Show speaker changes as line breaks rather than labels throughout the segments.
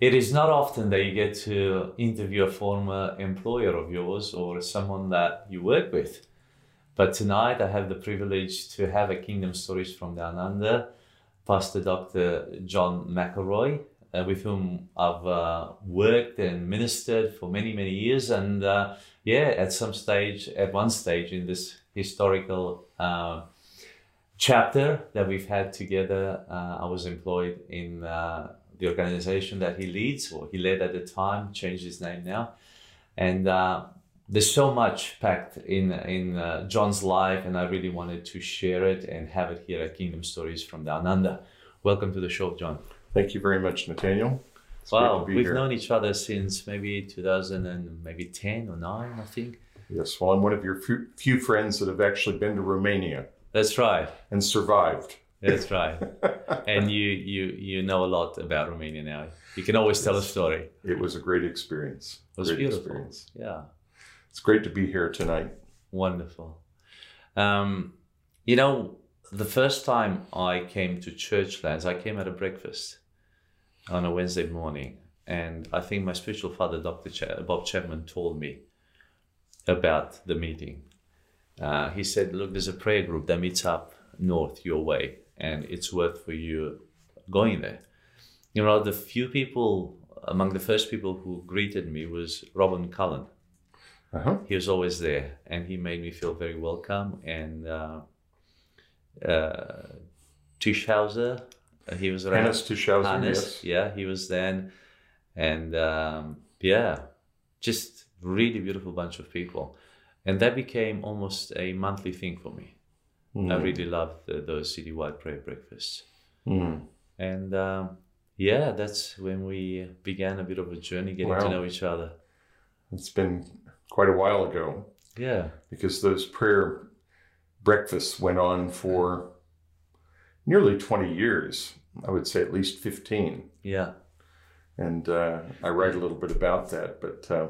It is not often that you get to interview a former employer of yours or someone that you work with. But tonight I have the privilege to have a Kingdom Stories from Down Under, Pastor Dr. John McElroy, uh, with whom I've uh, worked and ministered for many, many years. And uh, yeah, at some stage, at one stage in this historical uh, chapter that we've had together, uh, I was employed in uh, the organization that he leads or he led at the time, changed his name now. And uh, there's so much packed in in uh, John's life, and I really wanted to share it and have it here at Kingdom Stories from Down Under. Welcome to the show, John.
Thank you very much, Nathaniel.
It's wow, we've here. known each other since maybe 2000 and maybe 10 or 9, I think.
Yes, well, I'm one of your few friends that have actually been to Romania.
That's right.
And survived.
That's right. and you you you know a lot about Romania now. You can always tell a story.
It was a great experience.
It was
great
beautiful. Experience. Yeah.
It's great to be here tonight.
Wonderful. Um, you know, the first time I came to Churchlands, I came at a breakfast on a Wednesday morning, and I think my spiritual father, Dr. Ch- Bob Chapman, told me about the meeting. Uh, he said, "Look, there's a prayer group that meets up north your way, and it's worth for you going there." You know, the few people among the first people who greeted me was Robin Cullen. Uh-huh. He was always there, and he made me feel very welcome. And uh, uh, Tischhauser, he was around.
Hannes Tischhauser, Hannes,
yes. yeah, he was then, and um, yeah, just really beautiful bunch of people, and that became almost a monthly thing for me. Mm. I really loved the, those citywide prayer breakfasts, mm. and um, yeah, that's when we began a bit of a journey getting wow. to know each other.
It's been quite a while ago.
Yeah.
Because those prayer breakfasts went on for nearly 20 years. I would say at least 15.
Yeah.
And uh, I write a little bit about that, but uh,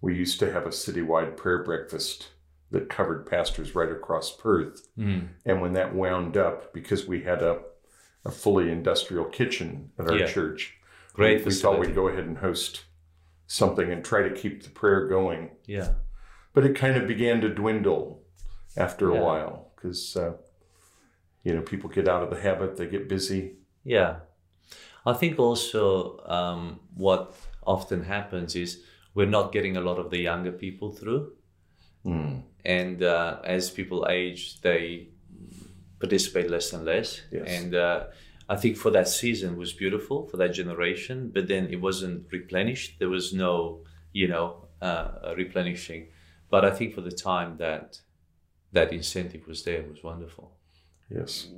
we used to have a citywide prayer breakfast that covered pastors right across Perth. Mm. And when that wound up, because we had a, a fully industrial kitchen at our yeah. church,
Great
we, we thought we'd go ahead and host something and try to keep the prayer going.
Yeah.
But it kind of began to dwindle after a yeah. while because, uh, you know, people get out of the habit, they get busy.
Yeah. I think also um, what often happens is we're not getting a lot of the younger people through. Mm. And uh, as people age, they participate less and less.
Yes.
And, uh, I think for that season was beautiful for that generation, but then it wasn't replenished. There was no, you know, uh, replenishing. But I think for the time that that incentive was there was wonderful.
Yes.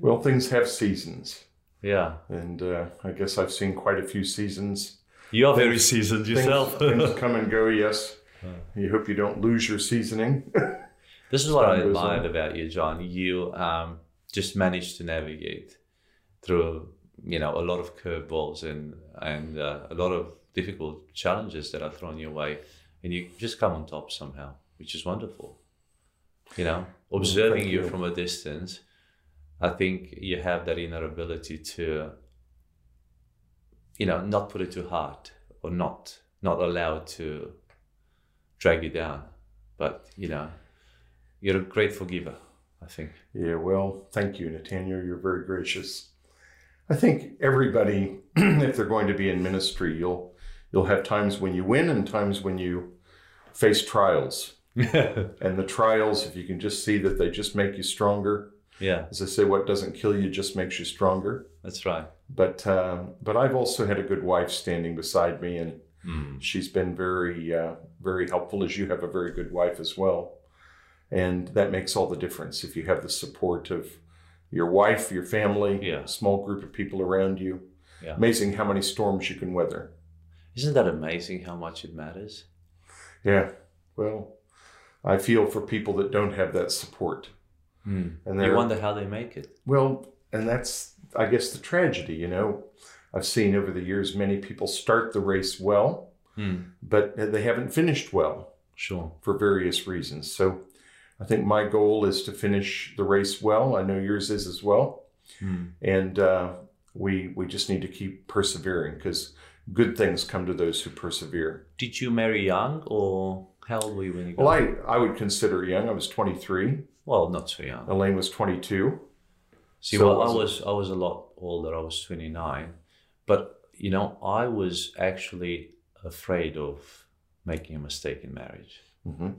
Well, things have seasons.
Yeah.
And uh, I guess I've seen quite a few seasons.
You are things, very seasoned yourself.
things, things, come and go. Yes. Uh, you hope you don't lose your seasoning.
this is what I admired about you, John. You um, just managed to navigate through you know a lot of curveballs and and uh, a lot of difficult challenges that are thrown your way, and you just come on top somehow, which is wonderful. You know, observing well, you, you, from a distance, I think you have that inner ability to you know not put it to heart or not not allow it to drag you down, but you know you're a great forgiver. I think.
Yeah, well, thank you, Nathaniel. You're very gracious. I think everybody, if they're going to be in ministry, you'll you'll have times when you win and times when you face trials. and the trials, if you can just see that they just make you stronger.
Yeah.
As I say, what doesn't kill you just makes you stronger.
That's right.
But um, but I've also had a good wife standing beside me, and mm. she's been very uh, very helpful. As you have a very good wife as well and that makes all the difference if you have the support of your wife your family
yeah.
small group of people around you yeah. amazing how many storms you can weather
isn't that amazing how much it matters
yeah well I feel for people that don't have that support.
Hmm.
And
You
they're
wonder how they make it.
well, and that's I guess the tragedy, you know. I've seen over the years many people start the race well,
Hmm.
but they haven't finished well
Sure.
for various reasons. So I think my goal is to finish the race well. I know yours is as well.
Hmm.
And uh, we we just need to keep persevering because good things come to those who persevere.
Did you marry young or how old were you when you got
Well, I, I would consider young. I was 23.
Well, not so young.
Elaine was 22.
See,
So
well, I
was it-
was I was a lot older. I was twenty nine, but you know, I was actually afraid of making a mistake in marriage.
hmm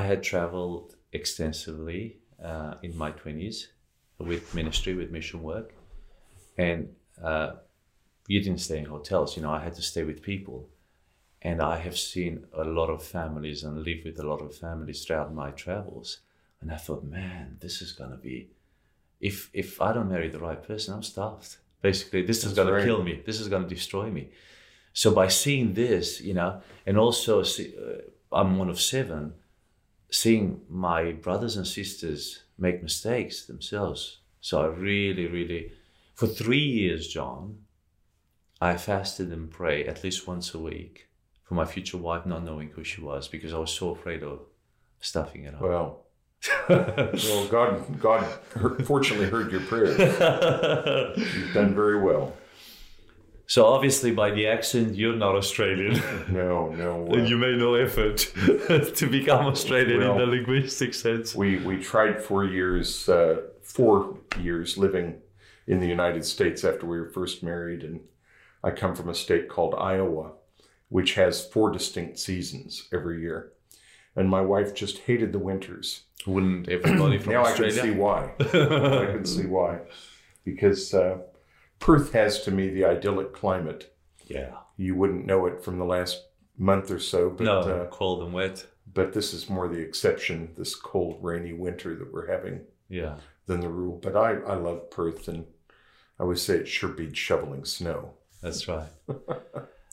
I had traveled extensively uh, in my twenties with ministry, with mission work, and uh, you didn't stay in hotels. You know, I had to stay with people, and I have seen a lot of families and lived with a lot of families throughout my travels. And I thought, man, this is gonna be. If if I don't marry the right person, I'm stuffed. Basically, this is
That's
gonna
right.
kill me. This is gonna destroy me. So by seeing this, you know, and also see, uh, I'm one of seven, seeing my brothers and sisters make mistakes themselves. So I really, really, for three years, John, I fasted and prayed at least once a week for my future wife, not knowing who she was because I was so afraid of stuffing it up.
Well, well, God, God heard- fortunately heard your prayers. You've done very well.
so obviously, by the accent, you're not Australian.
No, no. uh,
and you made no effort to become Australian in
Well-
the linguistic sense.
we we tried four years, uh, four years living in the United States after we were first married, and I come from a state called Iowa, which has four distinct seasons every year. And my wife just hated the winters.
Wouldn't everybody from
now I can
Australia?
see why. I can see why, because uh, Perth has to me the idyllic climate.
yeah.
You wouldn't know it from the last month or so, but
no,
uh,
cold and wet.
but this is more the exception. This cold, rainy winter that we're having.
Yeah.
than the rule. But I, I love Perth, and I would say it sure beats shoveling snow.
That's right.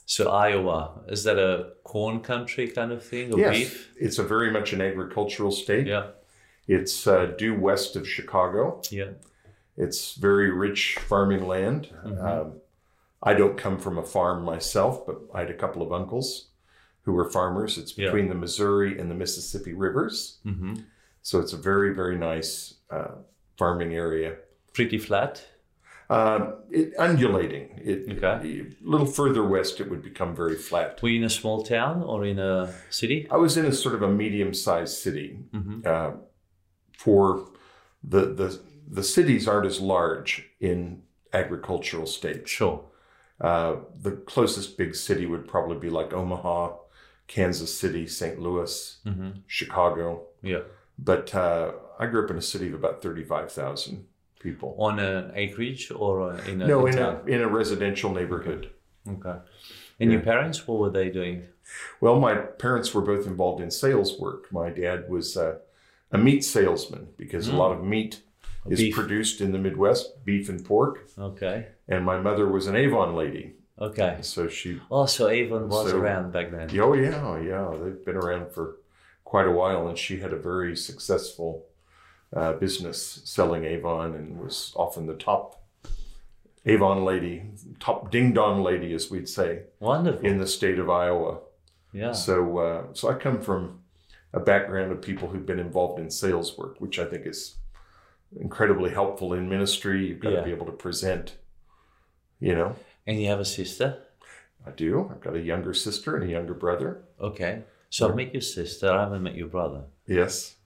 so Iowa is that a corn country kind of thing or beef?
it's a very much an agricultural state.
Yeah,
It's uh, due west of Chicago.
yeah.
It's very rich farming land.
Mm-hmm.
Um, I don't come from a farm myself, but I had a couple of uncles who were farmers. It's
Yeah.
between the Missouri and the Mississippi rivers,
hmm
so it's a very very nice uh, farming area.
Pretty flat.
Um, it, undulating. It,
Okay.
A little further west, it would become very flat.
Were you in a small town or in a city?
I was in a sort of a medium-sized city.
hmm
Uh, for the the the cities aren't as large in agricultural states.
Sure.
Uh, the closest big city would probably be like Omaha, Kansas City, St. Louis,
hmm
Chicago.
Yeah.
But uh, I grew up in a city of about thirty-five thousand people.
On an acreage or uh, in a
No,
in
in a
town.
in a residential neighborhood.
Okay. And your parents, what were they doing?
Well, my parents were both involved in sales work. My dad was uh, a meat salesman because a lot of meat is
Beef.
produced in the Midwest, beef and pork.
Okay.
And my mother was an Avon lady,
Okay.
so she.
Oh, so Avon was
So-
around back then.
Oh yeah, yeah. They've been around for quite a while, and she had a very successful uh, business selling Avon, and was often the top Avon lady, top ding dong lady, as we'd say,
Wonderful.
in the state of Iowa.
yeah.
So, uh, so I come from a background of people who've been involved in sales work, which I think is incredibly helpful in ministry. You've got
Yeah.
to be able to present. You know,
And you have a sister.
I do. I've got a younger sister and a younger brother.
Okay. So I've met your sister. I haven't met your brother.
Yes.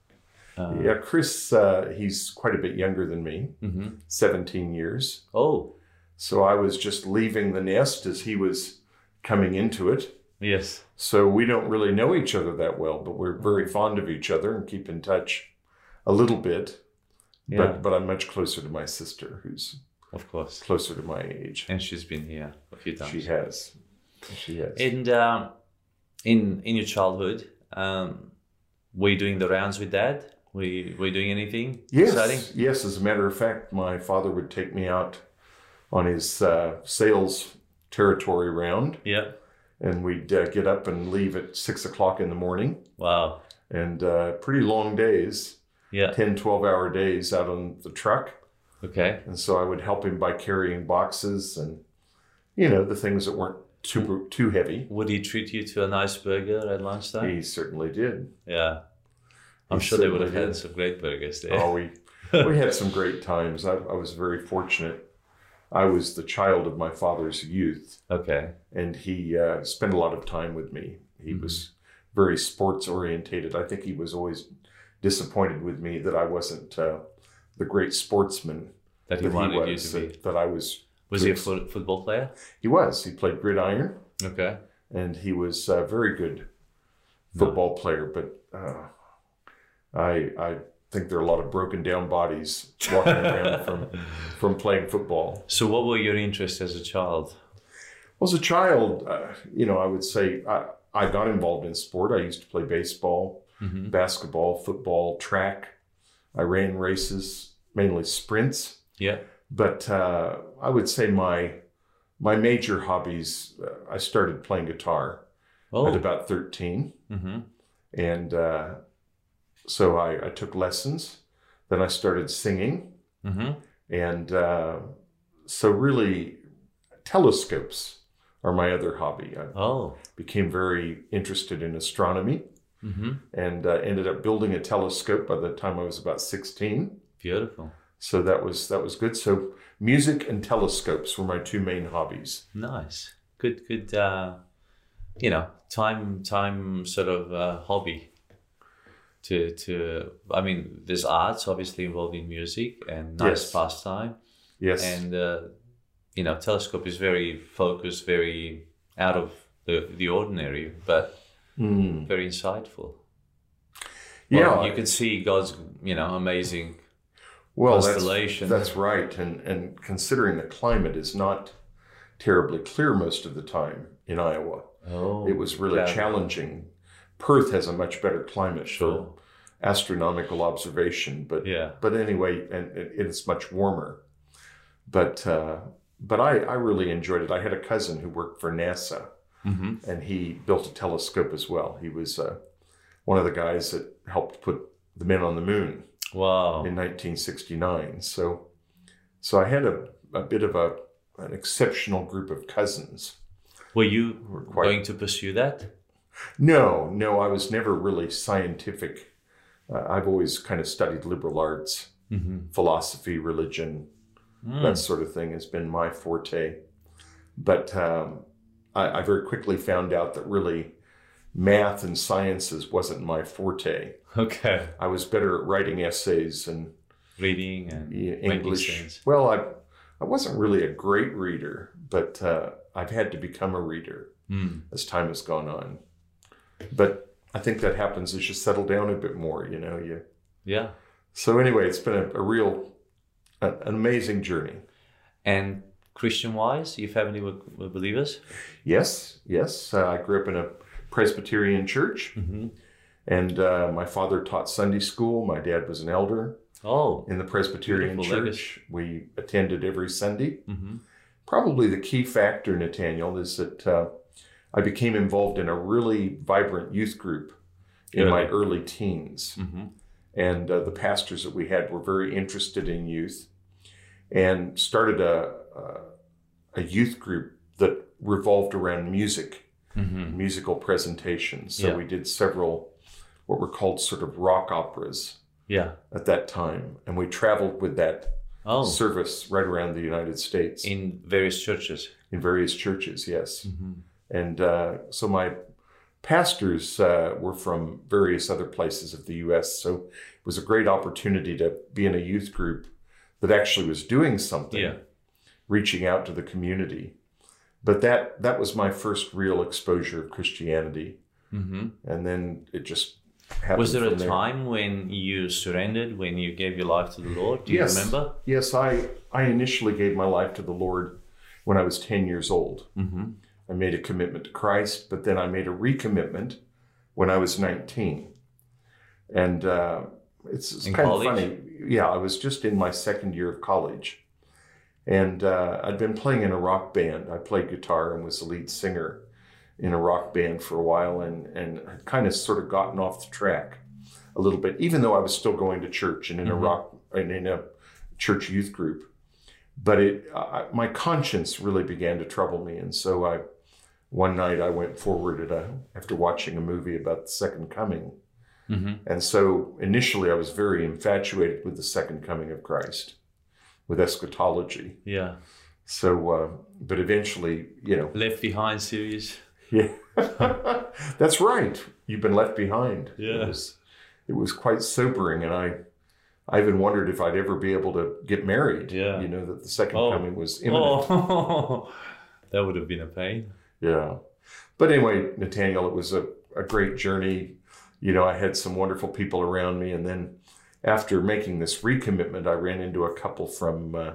Uh,
Yeah, Chris. Uh, he's quite a bit younger than me,
mhm.
seventeen years.
Oh,
So I was just leaving the nest as he was coming into it.
yes.
So we don't really know each other that well, but we're very fond of each other and keep in touch a little bit.
Yeah.
But but I'm much closer to my sister, who's
Of course.
closer to my age.
And she's been here a few times.
She has. She has.
And um, in in your childhood, um, were you doing the rounds with dad? Were you, were you doing anything
yes.
exciting?
Yes. As a matter of fact, my father would take me out on his uh, sales territory round,
Yeah.
and we'd uh, get up and leave at six o'clock in the morning
Wow.
and uh, pretty long days,
Yeah.
10, 12 hour days out on the truck.
Okay.
And so I would help him by carrying boxes and, you know, the things that weren't too, too heavy.
Would he treat you to a nice burger at lunchtime?
He certainly did.
yeah. I'm
He
sure they would have
certainly
had
did.
some great burgers there.
Oh, we, we had some great times. I, I was very fortunate. I was the child of my father's youth.
Okay.
and he uh, spent a lot of time with me. He
Mm-hmm.
was very sports orientated. I think he was always disappointed with me that I wasn't uh, the great sportsman
That he wanted you
was. uh,
to be.
That, that I was.
Was he a foot, football player?
He was. He played gridiron,
Okay.
and he was a very good football player. But uh, I, I think there are a lot of broken down bodies walking around from from playing football.
So, what were your interests as a child?
Well, as a child, uh, you know, I would say I, I got involved in sport. I used to play baseball,
Mhm.
basketball, football, track. I ran races, mainly sprints.
Yeah.
But uh, I would say my my major hobbies. Uh, I started playing guitar
Oh.
at about thirteen,
hmm
and uh, so I, I took lessons. Then I started singing,
hmm
and uh, so really, telescopes are my other hobby. I,
Oh.
became very interested in astronomy
hmm
and uh, ended up building a telescope by the time I was about 16.
Beautiful.
So that was that was good. So music and telescopes were my two main hobbies.
Nice. Good. Good. Uh, you know, time. Time. Sort of uh, hobby. To to. I mean, there's arts obviously involving music and nice
Yes.
pastime,
Yes.
and uh, you know, telescope is very focused, very out of the the ordinary, but
Mm.
very insightful.
Yeah.
Well, you can see God's. You know, amazing.
well,
constellation.
That's, that's right. And and considering the climate is not terribly clear most of the time in Iowa,
Oh.
it was really
yeah.
challenging. Perth has a much better climate
Sure.
for astronomical observation, but
Yeah.
but anyway, and it, it's much warmer. But uh, but I, I really enjoyed it. I had a cousin who worked for NASA,
Mm-hmm.
and he built a telescope as well. He was uh, one of the guys that helped put the men on the moon
Wow.
in 1969. So so I had a, a bit of a an exceptional group of cousins.
Were you
who were quite-
going to pursue that?
No, no, I was never really scientific. Uh, I've always kind of studied liberal arts,
Mm-hmm.
philosophy, religion, that sort of thing has been my forte. But um, I, I very quickly found out that really math and sciences wasn't my forte.
Okay.
I was better at writing essays and
Reading and
yeah,
making
English.
sense.
Well, I I wasn't really a great reader, but uh, I've had to become a reader
Mm.
as time has gone on. But I think that happens as you settle down a bit more. You know, you.
Yeah.
So anyway, it's been a, a real, a- an amazing journey.
And Christian wise, your family were, were believers?
Yes, yes. Uh, I grew up in a Presbyterian church,
Mm-hmm.
and uh, my father taught Sunday school. My dad was an elder
Oh.
in the Presbyterian
Beautiful
church. We attended every Sunday.
Mm-hmm.
Probably the key factor, Nathaniel, is that uh, I became involved in a really vibrant youth group in my
Really?
early teens.
Mm-hmm.
And uh, the pastors that we had were very interested in youth and started a, a, a youth group that revolved around music
Mm-hmm.
musical presentations. So
Yeah.
we did several what were called sort of rock operas
Yeah.
at that time, and we traveled with that
Oh.
service right around the United States in,
In various churches.
various churches. Yes,
Mm-hmm.
and uh, so my pastors uh, were from various other places of the U.S. So it was a great opportunity to be in a youth group that actually was doing something,
Yeah.
reaching out to the community. But that that was my first real exposure of Christianity
Mm-hmm.
and then it just happened.
Was there a
from
time when you surrendered, when you gave your life to the Lord? Do you
Yes.
remember?
Yes, I I initially gave my life to the Lord when I was ten years old.
Mm-hmm.
I made a commitment to Christ, but then I made a recommitment when I was nineteen, and uh, it's, it's
In
kind
college?
of funny. Yeah, I was just in my second year of college, and uh, I'd been playing in a rock band. I played guitar and was the lead singer in a rock band for a while and, and had kind of sort of gotten off the track a little bit, even though I was still going to church and in
Mhm.
a rock and in a church youth group. But it, I, my conscience really began to trouble me, and so I, one night I went forward at a, after watching a movie about the Second Coming,
hmm
and so initially I was very infatuated with the Second Coming of Christ, with eschatology.
Yeah.
So, uh, but eventually, you know,
Left Behind series.
yeah, that's right. You've been left behind.
Yeah.
It was, it was quite sobering, and I, I even wondered if I'd ever be able to get married.
Yeah.
You know that the second
Oh.
coming was imminent.
Oh, that would have been a pain.
Yeah. But anyway, Nathaniel, it was a, a great journey. You know, I had some wonderful people around me, and then after making this recommitment, I ran into a couple from uh,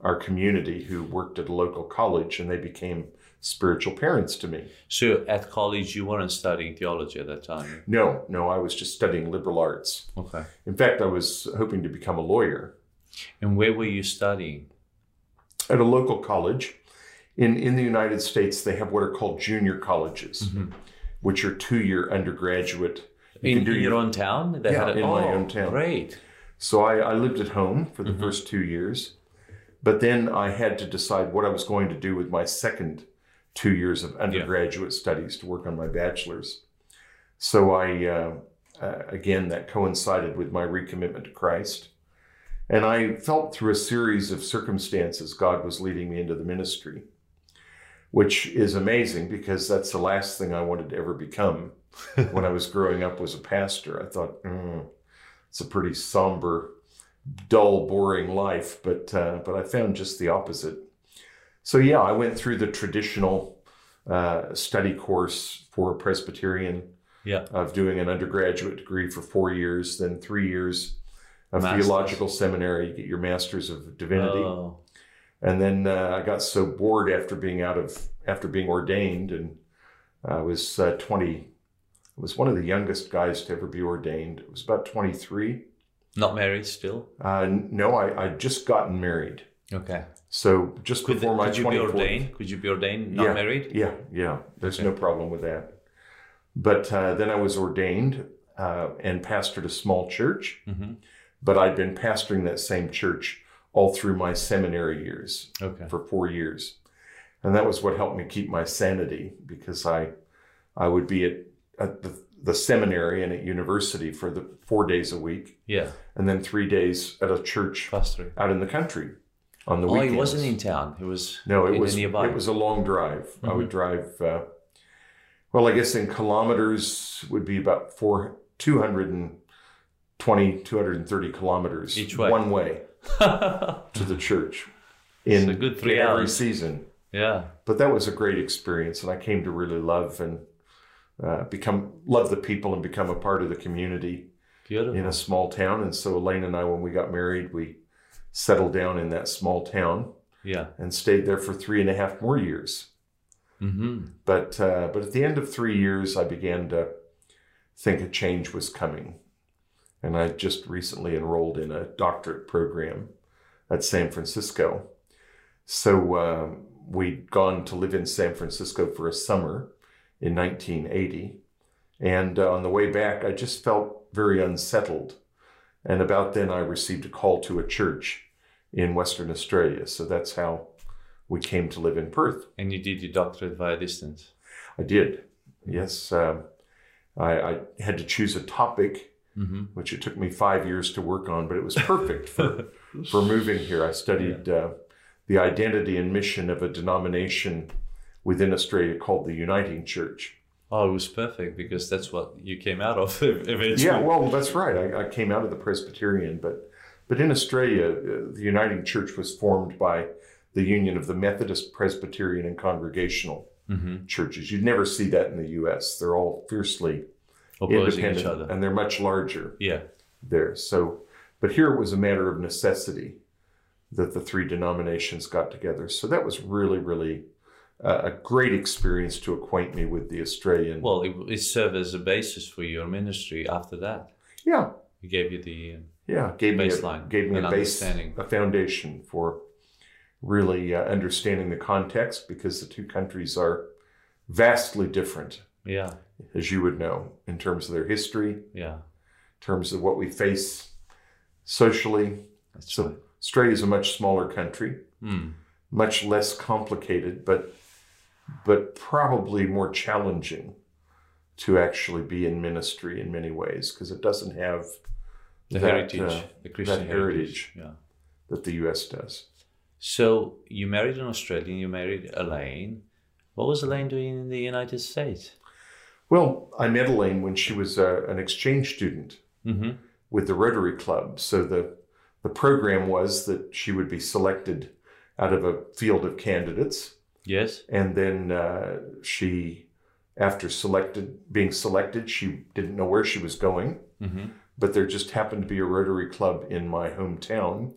our community who worked at a local college, and they became spiritual parents to me.
So at college, you weren't studying theology at that time.
No, no, I was just studying liberal arts.
Okay.
In fact, I was hoping to become a lawyer
And where were you studying?
at a local college. In, in the United States, they have what are called junior colleges, which are two year undergraduate. You
Mm-hmm. In,
can do
in
your-
your own town? They
Yeah, in my
oh,
own town.
Great.
So I, I lived at home for the first two years, but then I had to decide what I was going to do with my second two years of undergraduate studies to work on my bachelor's. So I, uh, uh, again, that coincided with my recommitment to Christ. And I felt through a series of circumstances God was leading me into the ministry, which is amazing because that's the last thing I wanted to ever become. when I was growing up was a pastor. I thought, mm, it's a pretty somber, dull, boring life. But uh, but I found just the opposite. So yeah, I went through the traditional uh, study course for a Presbyterian
Yeah.
of doing an undergraduate degree for four years, then three years of
Master's.
theological seminary. You get your master's of divinity,
Oh,
and then uh, I got so bored after being out of after being ordained, and I was uh, twenty. I was one of the youngest guys to ever be ordained. It was about twenty three.
not married still?
Uh, n- no, I I'd just gotten married,
Okay.
so just
Could,
before my
could you be
twenty fourth.
ordained? Could you be ordained, not
yeah,
married?
Yeah, yeah. There's
Okay.
no problem with that. But uh, then I was ordained uh, and pastored a small church.
hmm
But I'd been pastoring that same church all through my seminary years
Okay.
for four years. And that was what helped me keep my sanity because I I would be at, at the, the seminary and at university for the four days a week
Yeah.
and then three days at a church
Pastor.
out in the country on the
Oh,
weekends.
he wasn't in town. He was
No, it
in
was
nearby.
it was a long drive. I
Mm-hmm.
would drive uh, well, I guess in kilometers would be about four 220 230 kilometers
Each way.
one way to the church in
a good three
in every
hours.
season
yeah.
but that was a great experience and i came to really love and uh, become love the people and become a part of the community
Beautiful.
in a small town and so elaine and i when we got married we settled down in that small town
Yeah.
and stayed there for three and a half more years
Mm-hmm.
but uh, but at the end of three years i began to think a change was coming and i just recently enrolled in a doctorate program at san francisco so uh, we'd gone to live in san francisco for a summer in 1980 and uh, on the way back i just felt very unsettled and about then i received a call to a church in western australia so that's how we came to live in perth
And you did your doctorate via distance.
I did. Yes, um, I, I had to choose a topic,
Mm-hmm.
which it took me five years to work on, but it was perfect for for moving here. I studied uh, the identity and mission of a denomination within Australia called the Uniting Church.
Oh, it was perfect because that's what you came out of eventually.
Yeah, well, that's right. I, I came out of the Presbyterian, but but in Australia, uh, the Uniting Church was formed by the union of the Methodist, Presbyterian, and Congregational
hmm
churches. You'd never see that in the U.S. They're all fiercely
Opposing
independent,
each other.
and they're much larger.
yeah.
there. So, but here it was a matter of necessity that the three denominations got together. So that was really, really uh, a great experience to acquaint me with the Australian.
Well, it, it served as a basis for your ministry after that.
yeah,
It gave you the.
yeah, gave me a,
Baseline,
gave me
an
a base,
understanding.
a foundation for really uh, understanding the context because the two countries are vastly different,
Yeah.
as you would know, in terms of their history, in
Yeah.
terms of what we face socially.
That's
So
right.
Australia is a much smaller country,
Mm.
much less complicated, but but probably more challenging to actually be in ministry in many ways because it doesn't have
The
that,
heritage,
uh,
the Christian
that
heritage. Yeah.
that the U.S. does.
So you married an Australian, you married Elaine. What was Elaine doing in the United States?
Well, I met Elaine when she was uh an exchange student
Mm-hmm.
with the Rotary Club. So the the program was that she would be selected out of a field of candidates,
Yes.
and then uh, she, after selected being selected, she didn't know where she was going,
Mm-hmm.
but there just happened to be a Rotary Club in my hometown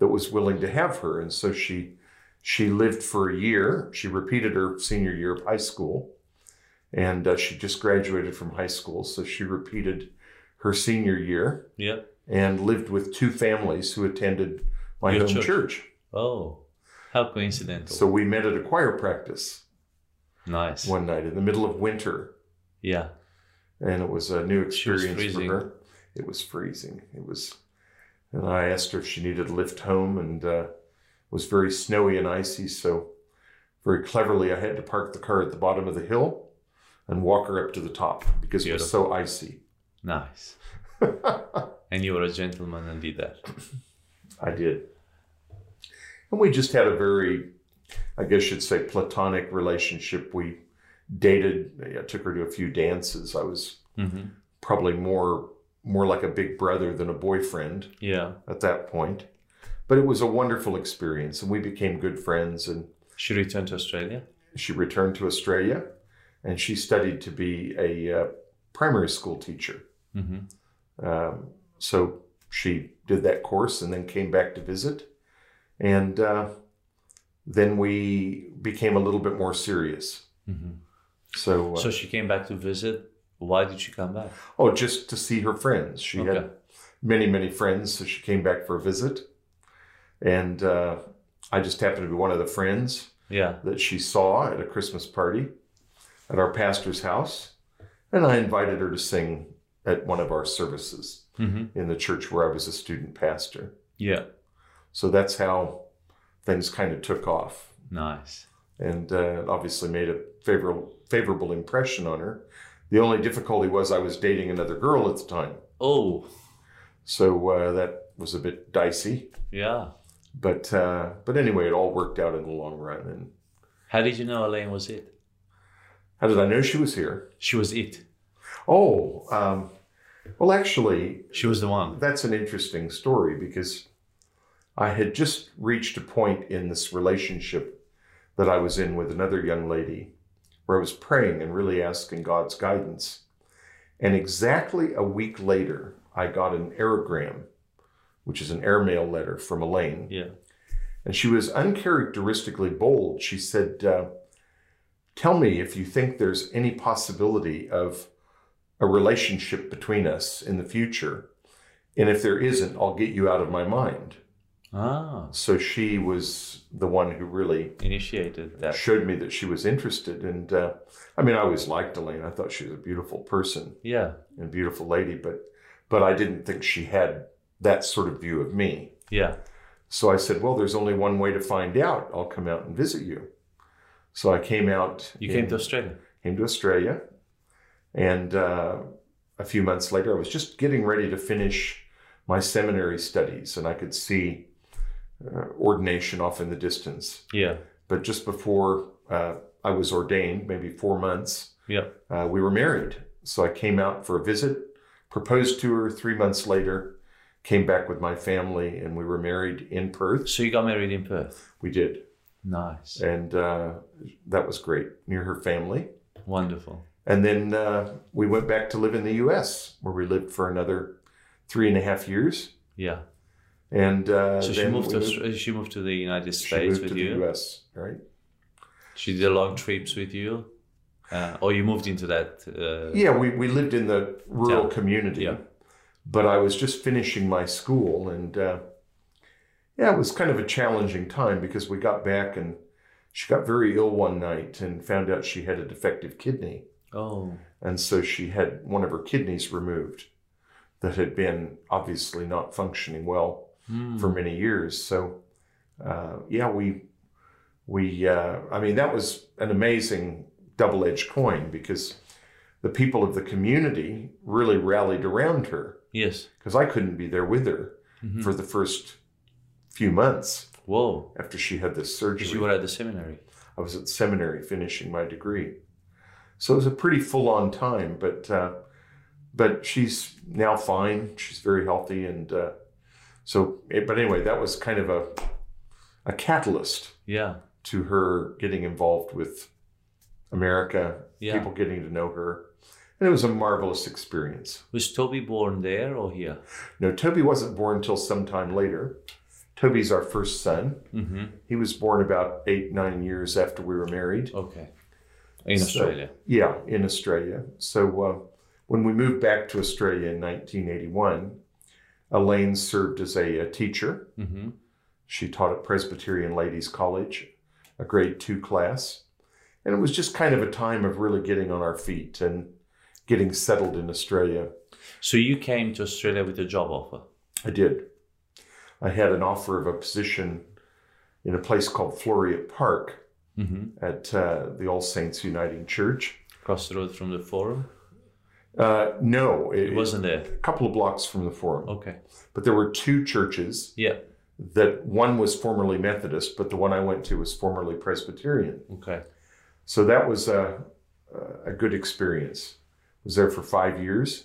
that was willing to have her, and so she she lived for a year. She repeated her senior year of high school, and uh, she just graduated from high school, so she repeated her senior year
Yeah.
and lived with two families who attended my
Your
home
church.
church.
Oh, how coincidental.
So we met at a choir practice
nice.
one night in the middle of winter,
Yeah.
and it was a new
She was
experience for
freezing.
her. It was freezing. It was, and I asked her if she needed a lift home, and uh, it was very snowy and icy. So very cleverly, I had to park the car at the bottom of the hill and walk her up to the top because it was so icy.
Nice. and you were a gentleman and did that.
I did. And we just had a very, I guess you'd say, platonic relationship. We dated. I took her to a few dances. I was
Mm-hmm.
probably more more like a big brother than a boyfriend
Yeah.
at that point. But it was a wonderful experience, and we became good friends. And
She returned to Australia.
she returned to Australia, and she studied to be a uh, primary school teacher.
Mm-hmm.
Um, so she did that course and then came back to visit. And uh, then we became a little bit more serious.
Mm-hmm.
So, uh,
So she came back to visit. Why did she come back?
oh, just to see her friends. She
Okay.
had many, many friends. So she came back for a visit. And uh, I just happened to be one of the friends
Yeah.
that she saw at a Christmas party at our pastor's house. And I invited her to sing at one of our services
Mm-hmm.
in the church where I was a student pastor.
Yeah.
So that's how things kind of took off,
Nice.
and uh, it obviously made a favorable favorable impression on her. The only difficulty was I was dating another girl at the time,
Oh,
so uh, that was a bit dicey.
yeah.
But uh, but anyway, it all worked out in the long run. And
How did you know Elaine was it?
how did I know she was here?
She was it.
Oh, um, well, actually,
She was the one.
that's an interesting story because I had just reached a point in this relationship that I was in with another young lady where I was praying and really asking God's guidance. And exactly a week later, I got an aerogram, which is an airmail letter from Elaine.
Yeah.
And she was uncharacteristically bold. She said, uh, Tell me if you think there's any possibility of a relationship between us in the future. And if there isn't, I'll get you out of my mind.
Ah,
So she was the one who really uh,
initiated that.
showed me that she was interested. And uh, I mean, I always liked Elaine. I thought she was a beautiful person
Yeah.
and beautiful lady, but but I didn't think she had that sort of view of me.
Yeah.
So I said, Well, there's only one way to find out. I'll come out and visit you. So I came out.
You
in-
came to Australia.
came to Australia. And uh, a few months later, I was just getting ready to finish my seminary studies, and I could see uh, ordination off in the distance.
Yeah.
But just before uh, I was ordained, maybe four months,
Yeah.
uh, we were married. So I came out for a visit, proposed to her three months later, came back with my family, and we were married in Perth.
So you got married in Perth.
We did,
Nice.
and uh, that was great near her family.
Wonderful.
And then uh, we went back to live in the U.S., where we lived for another three and a half years.
Yeah.
And uh,
So she
then
moved to
we
Austra- she moved to the United
she
States
moved
with
to
you.
the U.S. Right?
She did long trips with you, uh, or you moved into that. Uh,
Yeah, we, we lived in the rural
Town.
community.
Yeah.
But I was just finishing my school, and uh, yeah, it was kind of a challenging time because we got back and She got very ill one night and found out she had a defective kidney.
Oh,
And so she had one of her kidneys removed that had been obviously not functioning well
hmm.
for many years. So, uh, yeah, we, we, uh, I mean, that was an amazing double edged coin because the people of the community really rallied around her
yes.
because I couldn't be there with her
Mhm.
for the first few months
Whoa,
after she had this
because
surgery.
you were at the seminary.
I was at seminary finishing my degree. So it was a pretty full on time, but uh, but she's now fine. She's very healthy, and uh, so. eh, But anyway, that was kind of a a catalyst
Yeah,
to her getting involved with America,
Yeah.
people getting to know her, and it was a marvelous experience.
was Toby born there or here?
No, Toby wasn't born till sometime later. Toby's our first son.
Mm-hmm.
He was born about eight nine years after we were married.
Okay, in
So-
Australia.
Yeah, in Australia. So uh, when we moved back to Australia in 1981, Elaine served as a, a teacher.
Mm-hmm.
She taught at Presbyterian Ladies College, a grade two class. And it was just kind of a time of really getting on our feet and getting settled in Australia.
So you came to Australia with a job offer.
I did. I had an offer of a position in a place called Floriat Park
Mm-hmm.
at uh, the All Saints Uniting Church.
Across the road from the forum.
Uh, no,
It wasn't there.
a couple of blocks from the forum.
Okay.
But there were two churches
Yeah.
that one was formerly Methodist, but the one I went to was formerly Presbyterian.
Okay.
So that was a, a good experience. Was there for five years,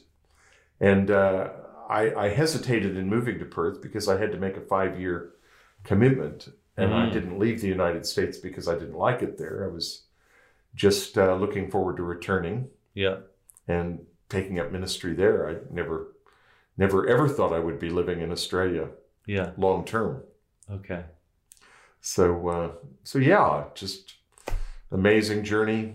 and uh, I, I hesitated in moving to Perth because I had to make a five-year commitment, and I
Mhm.
didn't leave the United States because I didn't like it there. I was just uh, looking forward to returning
Yeah.
and taking up ministry there. I never, never ever thought I would be living in Australia
Yeah.
long term.
Okay.
So uh, so yeah, just amazing journey,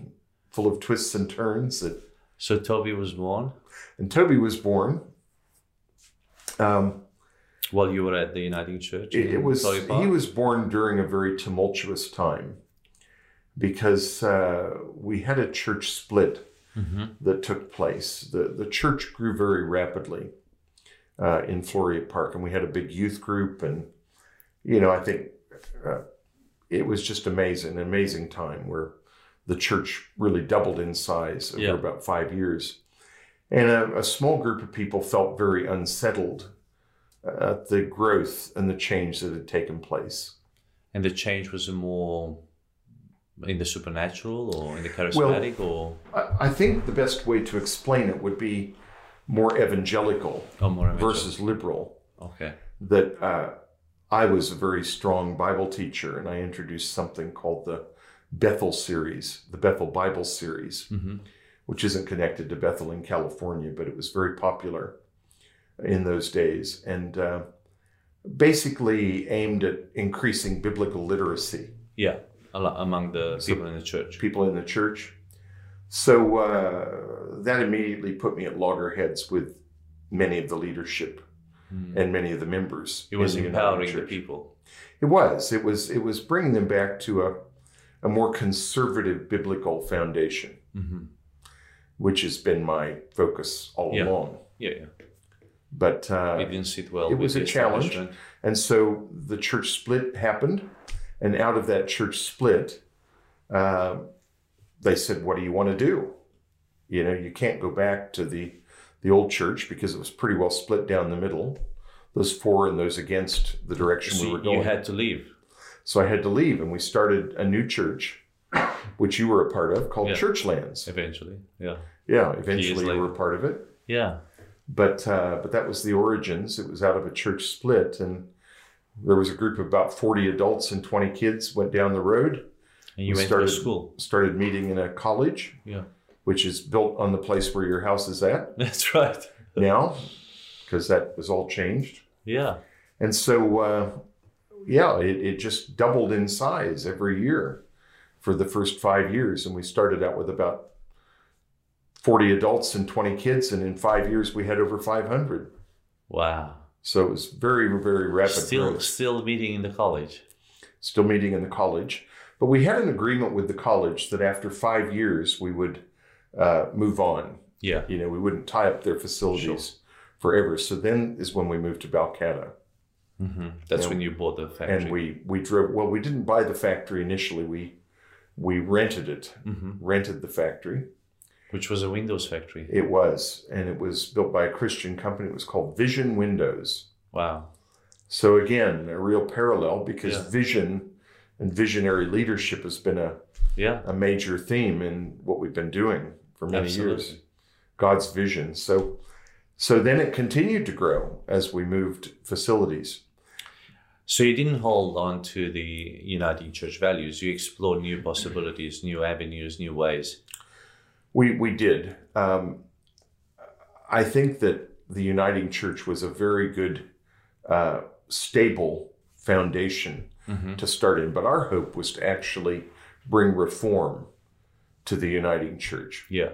full of twists and turns. That
So Toby was born
and Toby was born. Um,
while you were at the Uniting Church.
it,
in
it was
Torrey Park?
he was born during a very tumultuous time because uh, we had a church split
Mhm.
that took place. The the church grew very rapidly uh, in Floria Park, and we had a big youth group, and you know I think uh, it was just amazing, an amazing time where the church really doubled in size over
Yeah.
about five years, and a, a small group of people felt very unsettled uh, at the growth and the change that had taken place.
And the change was more in the supernatural or in the charismatic or,
I, I think the best way to explain it would be more evangelical
or more amateur?
versus liberal.
Okay.
that uh, I was a very strong Bible teacher, and I introduced something called the Bethel series, the Bethel Bible series,
Mm-hmm.
which isn't connected to Bethel in California, but it was very popular in those days, and uh, basically aimed at increasing biblical literacy
Yeah. a lot Among the people in the church.
people in the church. So uh, that immediately put me at loggerheads with many of the leadership
Mm.
and many of the members.
It was
in the United
empowering the
Church.
people.
It was. It was. It was bringing them back to a, a more conservative biblical foundation,
Mm-hmm.
which has been my focus all
Yeah.
along.
Yeah. yeah.
But
it
uh,
didn't sit well.
it
with
was
the
a challenge.
establishment.
and so the church split happened, and out of that church split, uh, they said, "What do you want to do? You know, you can't go back to the the old church because it was pretty well split down the middle." Those for and those against the direction
So
we were
you
going.
had to leave.
So I had to leave, and we started a new church, which you were a part of, called
Yeah.
Churchlands.
Eventually, yeah,
Yeah, eventually you
later.
were a part of it,
yeah,
but uh, but that was the origins. It was out of a church split, and there was a group of about forty adults and twenty kids went down the road,
and you
We
went
started-
to school.
started meeting in a college,
Yeah,
which is built on the place where your house is at
that's right.
now, because that was all changed.
Yeah,
And so, uh, yeah, it, it just doubled in size every year for the first five years. And we started out with about 40 adults and 20 kids. And in five years, we had over 500.
wow.
So it was very, very rapid
Still,
growth.
still meeting in the college.
Still meeting in the college. But we had an agreement with the college that after five years we would uh, move on.
Yeah.
You know, we wouldn't tie up their facilities forever. So then is when we moved to Balcata,
hmm That's
And-
when you bought the factory.
and we we drove. Well, we didn't buy the factory initially. We we rented it,
Mhm.
rented the factory.
Which was a Windows factory.
It was, and it was built by a Christian company. It was called Vision Windows.
Wow.
So again, a real parallel because
Yeah.
vision and visionary leadership has been a,
Yeah.
a major theme in what we've been doing for many years.
Absolutely.
God's vision. So so then it continued to grow as we moved facilities.
So you didn't hold on to the Uniting Church values. You explored new possibilities, new avenues, new ways.
We we did. Um, I think that the Uniting Church was a very good uh, stable foundation
Mhm.
to start in, but our hope was to actually bring reform to the Uniting Church.
Yeah.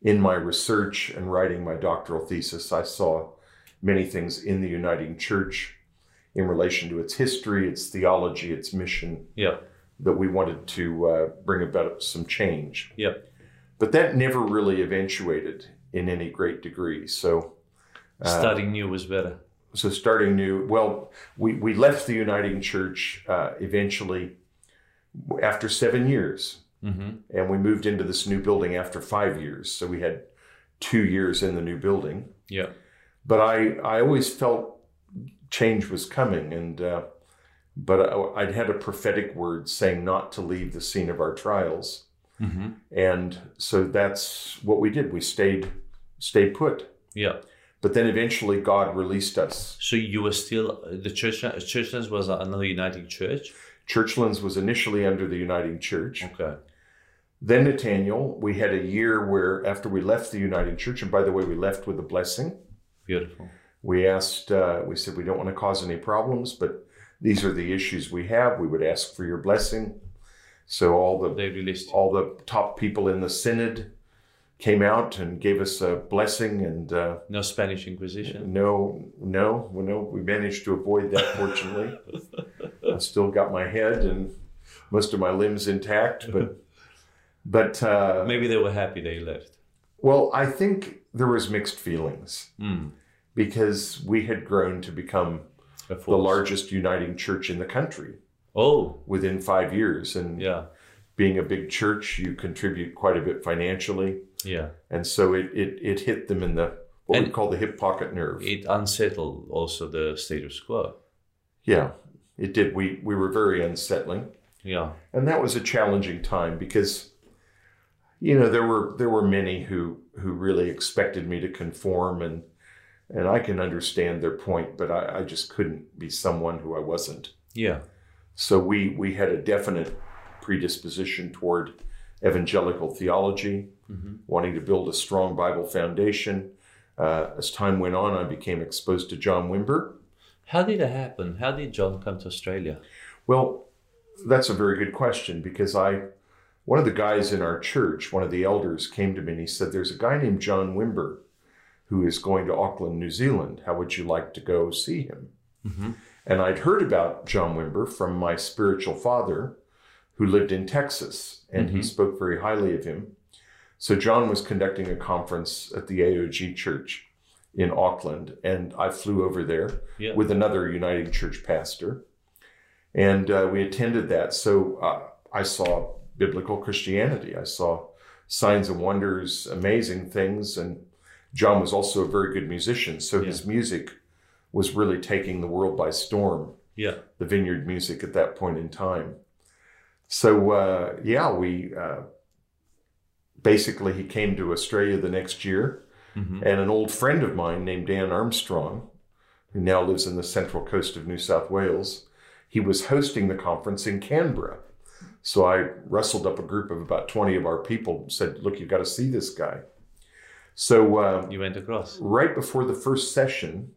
in my research and writing my doctoral thesis, I saw many things in the Uniting Church in relation to its history, its theology, its mission
Yeah.
that we wanted to uh, bring about some change.
Yeah.
But that never really eventuated in any great degree. So, Uh,
Starting new was better.
so starting new, well, we, we left the Uniting Church uh, eventually after seven years
hmm
and we moved into this new building after five years. So we had two years in the new building.
Yeah.
But I, I always felt change was coming, and uh, but I, I'd had a prophetic word saying not to leave the scene of our trials,
hmm
and so that's what we did. We stayed stayed put,
Yeah.
but then eventually God released us.
So you were still the church. Churchlands was another Uniting Church.
Churchlands was initially under the Uniting Church.
Okay.
Then Nathaniel, we had a year where after we left the Uniting Church, and by the way, we left with a blessing.
Beautiful.
We asked, uh, we said, we don't want to cause any problems, but these are the issues we have. We would ask for your blessing. So all the
They released.
all the top people in the synod came out and gave us a blessing, and uh,
No Spanish Inquisition.
no, no, well, no, we managed to avoid that. Fortunately, I still got my head and most of my limbs intact, but but uh,
Maybe they were happy they left.
well, I think there was mixed feelings
Mm.
because we had grown to become
A
the
force.
largest uniting church in the country
Oh,
within five years. And
yeah,
being a big church, you contribute quite a bit financially.
yeah.
And so it, it, it hit them in the what we
And-
call the hip pocket nerve.
It unsettled also the status quo.
yeah, it did. We, we were very unsettling.
Yeah,
And that was a challenging time because, you know, there were there were many who who really expected me to conform and and I can understand their point, but I, I just couldn't be someone who I wasn't.
yeah.
So we we had a definite predisposition toward evangelical theology,
Mhm.
wanting to build a strong Bible foundation. Uh, as time went on, I became exposed to John Wimber.
How did it happen? How did John come to Australia?
Well, that's a very good question because I, one of the guys in our church, one of the elders, came to me and he said, "There's a guy named John Wimber, who is going to Auckland, New Zealand. How would you like to go see him?" Mm-hmm.
Mhm.
And I'd heard about John Wimber from my spiritual father, who lived in Texas, and he
Mhm.
spoke very highly of him. So John was conducting a conference at the AOG Church in Auckland, and I flew over there
Yeah,
with another Uniting Church pastor, and uh, we attended that. So uh, I saw biblical Christianity. I saw signs and wonders, amazing things, and John was also a very good musician. So his music was really taking the world by storm.
yeah.
The Vineyard music at that point in time. So uh, yeah, we uh, basically he came to Australia the next year
hmm
and an old friend of mine named Dan Armstrong, who now lives in the central coast of New South Wales, he was hosting the conference in Canberra. So I rustled up a group of about 20 of our people and said, Look, you've got to see this guy. So uh,
You went across.
right before the first session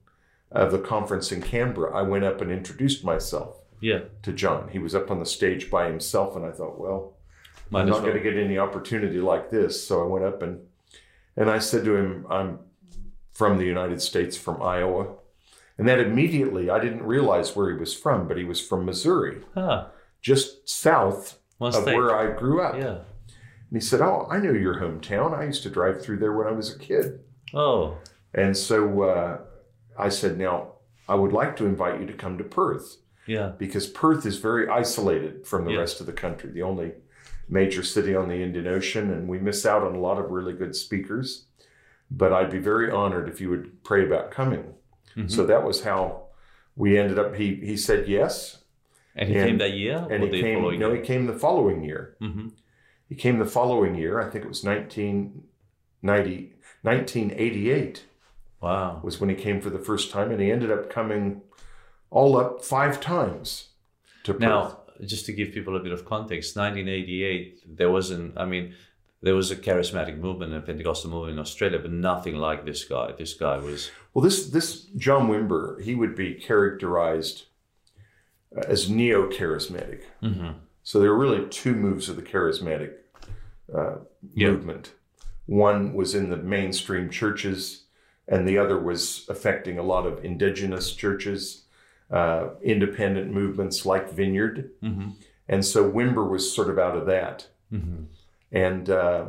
of the conference in Canberra, I went up and introduced myself
Yeah,
to John. He was up on the stage by himself, and I thought, Well,
might
I'm
as
not
well.
going to get any opportunity like this. So I went up and and I said to him, I'm from the United States, from Iowa. And then immediately, I didn't realize where he was from, but he was from Missouri,
Ah,
just south
One
of
state.
where I grew up.
Yeah.
And he said, Oh, I know your hometown. I used to drive through there when I was a kid.
Oh,
And so uh, I said, Now, I would like to invite you to come to Perth
yeah.
because Perth is very isolated from the
Yeah.
rest of the country, the only major city on the Indian Ocean. And we miss out on a lot of really good speakers. But I'd be very honored if you would pray about coming.
Mhm.
So that was how we ended up. He, he said yes.
and he
and-
came that year
And
or the
he came,
following
no, he
year?
came the following year.
hmm
He came the following year. I think it was 1990, 1988
Wow.
was when he came for the first time, and he ended up coming all up five times to Perth.
Now, just to give people a bit of context, 1988, there wasn't, I mean, there was a charismatic movement, a Pentecostal movement in Australia, but nothing like this guy. This guy was,
well, this this John Wimber, he would be characterized uh, as neo-charismatic.
Mhm.
So there were really two moves of the charismatic uh,
Yeah.
movement. One was in the mainstream churches, and the other was affecting a lot of indigenous churches, uh, independent movements like Vineyard.
Mhm.
And so Wimber was sort of out of that.
Mhm.
And uh,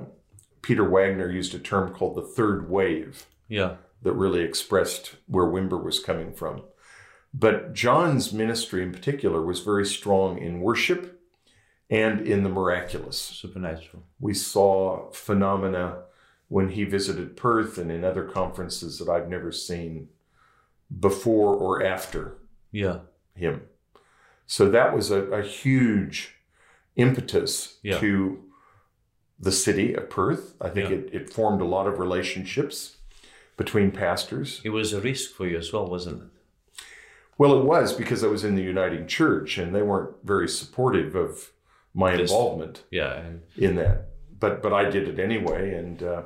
Peter Wagner used a term called the third wave
yeah,
that really expressed where Wimber was coming from. But John's ministry in particular was very strong in worship and in the miraculous.
supernatural.
We saw phenomena when he visited Perth and in other conferences that I've never seen before or after
Yeah,
him. So that was a, a huge impetus
Yeah.
to the city of Perth. I think
Yeah.
it, it formed a lot of relationships between pastors.
it was a risk for you as well, wasn't it?
Well, it was because I was in the Uniting Church and they weren't very supportive of my
Just-
involvement
Yeah, and
in that. But but I did it anyway, and uh,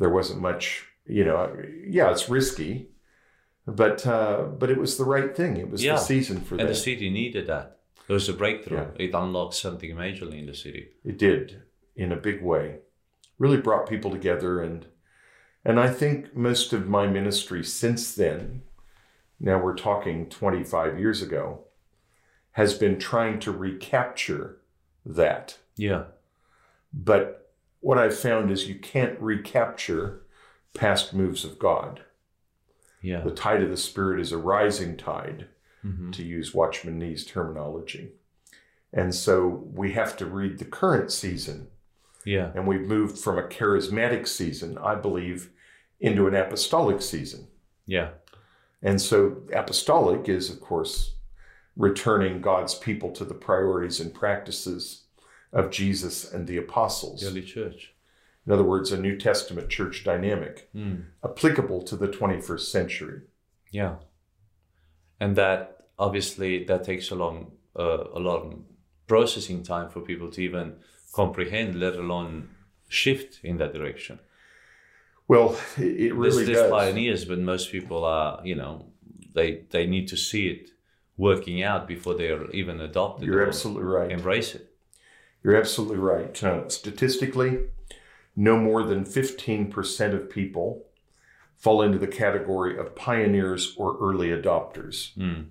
there wasn't much, you know. I- Yeah, it's risky, but uh, but it was the right thing. It was
Yeah.
the season for
and the
that.
city needed that. It was a breakthrough. It unlocked something majorly in the city.
it did in a big way. Really brought people together, and and I think most of my ministry since then. Now we're talking 25 years ago, has been trying to recapture that.
Yeah,
But what I've found is you can't recapture past moves of God.
yeah.
The tide of the Spirit is a rising tide,
hmm
to use Watchman Nee's terminology. And so we have to read the current season.
Yeah,
And we've moved from a charismatic season, I believe, into an apostolic season.
yeah,
And so apostolic is, of course, returning God's people to the priorities and practices of Jesus and the apostles.
the early church.
In other words, a New Testament church dynamic
Mm.
applicable to the 21st century.
Yeah, and that obviously that takes a long, uh, a long processing time for people to even comprehend, let alone shift in that direction.
Well, it it really
this, this
does.
pioneers, but most people are, you know, they they need to see it working out before they're even adopted.
You're
or
absolutely right.
Embrace it.
You're absolutely right. Uh, statistically, no more than 15% of people fall into the category of pioneers or early adopters.
Mm.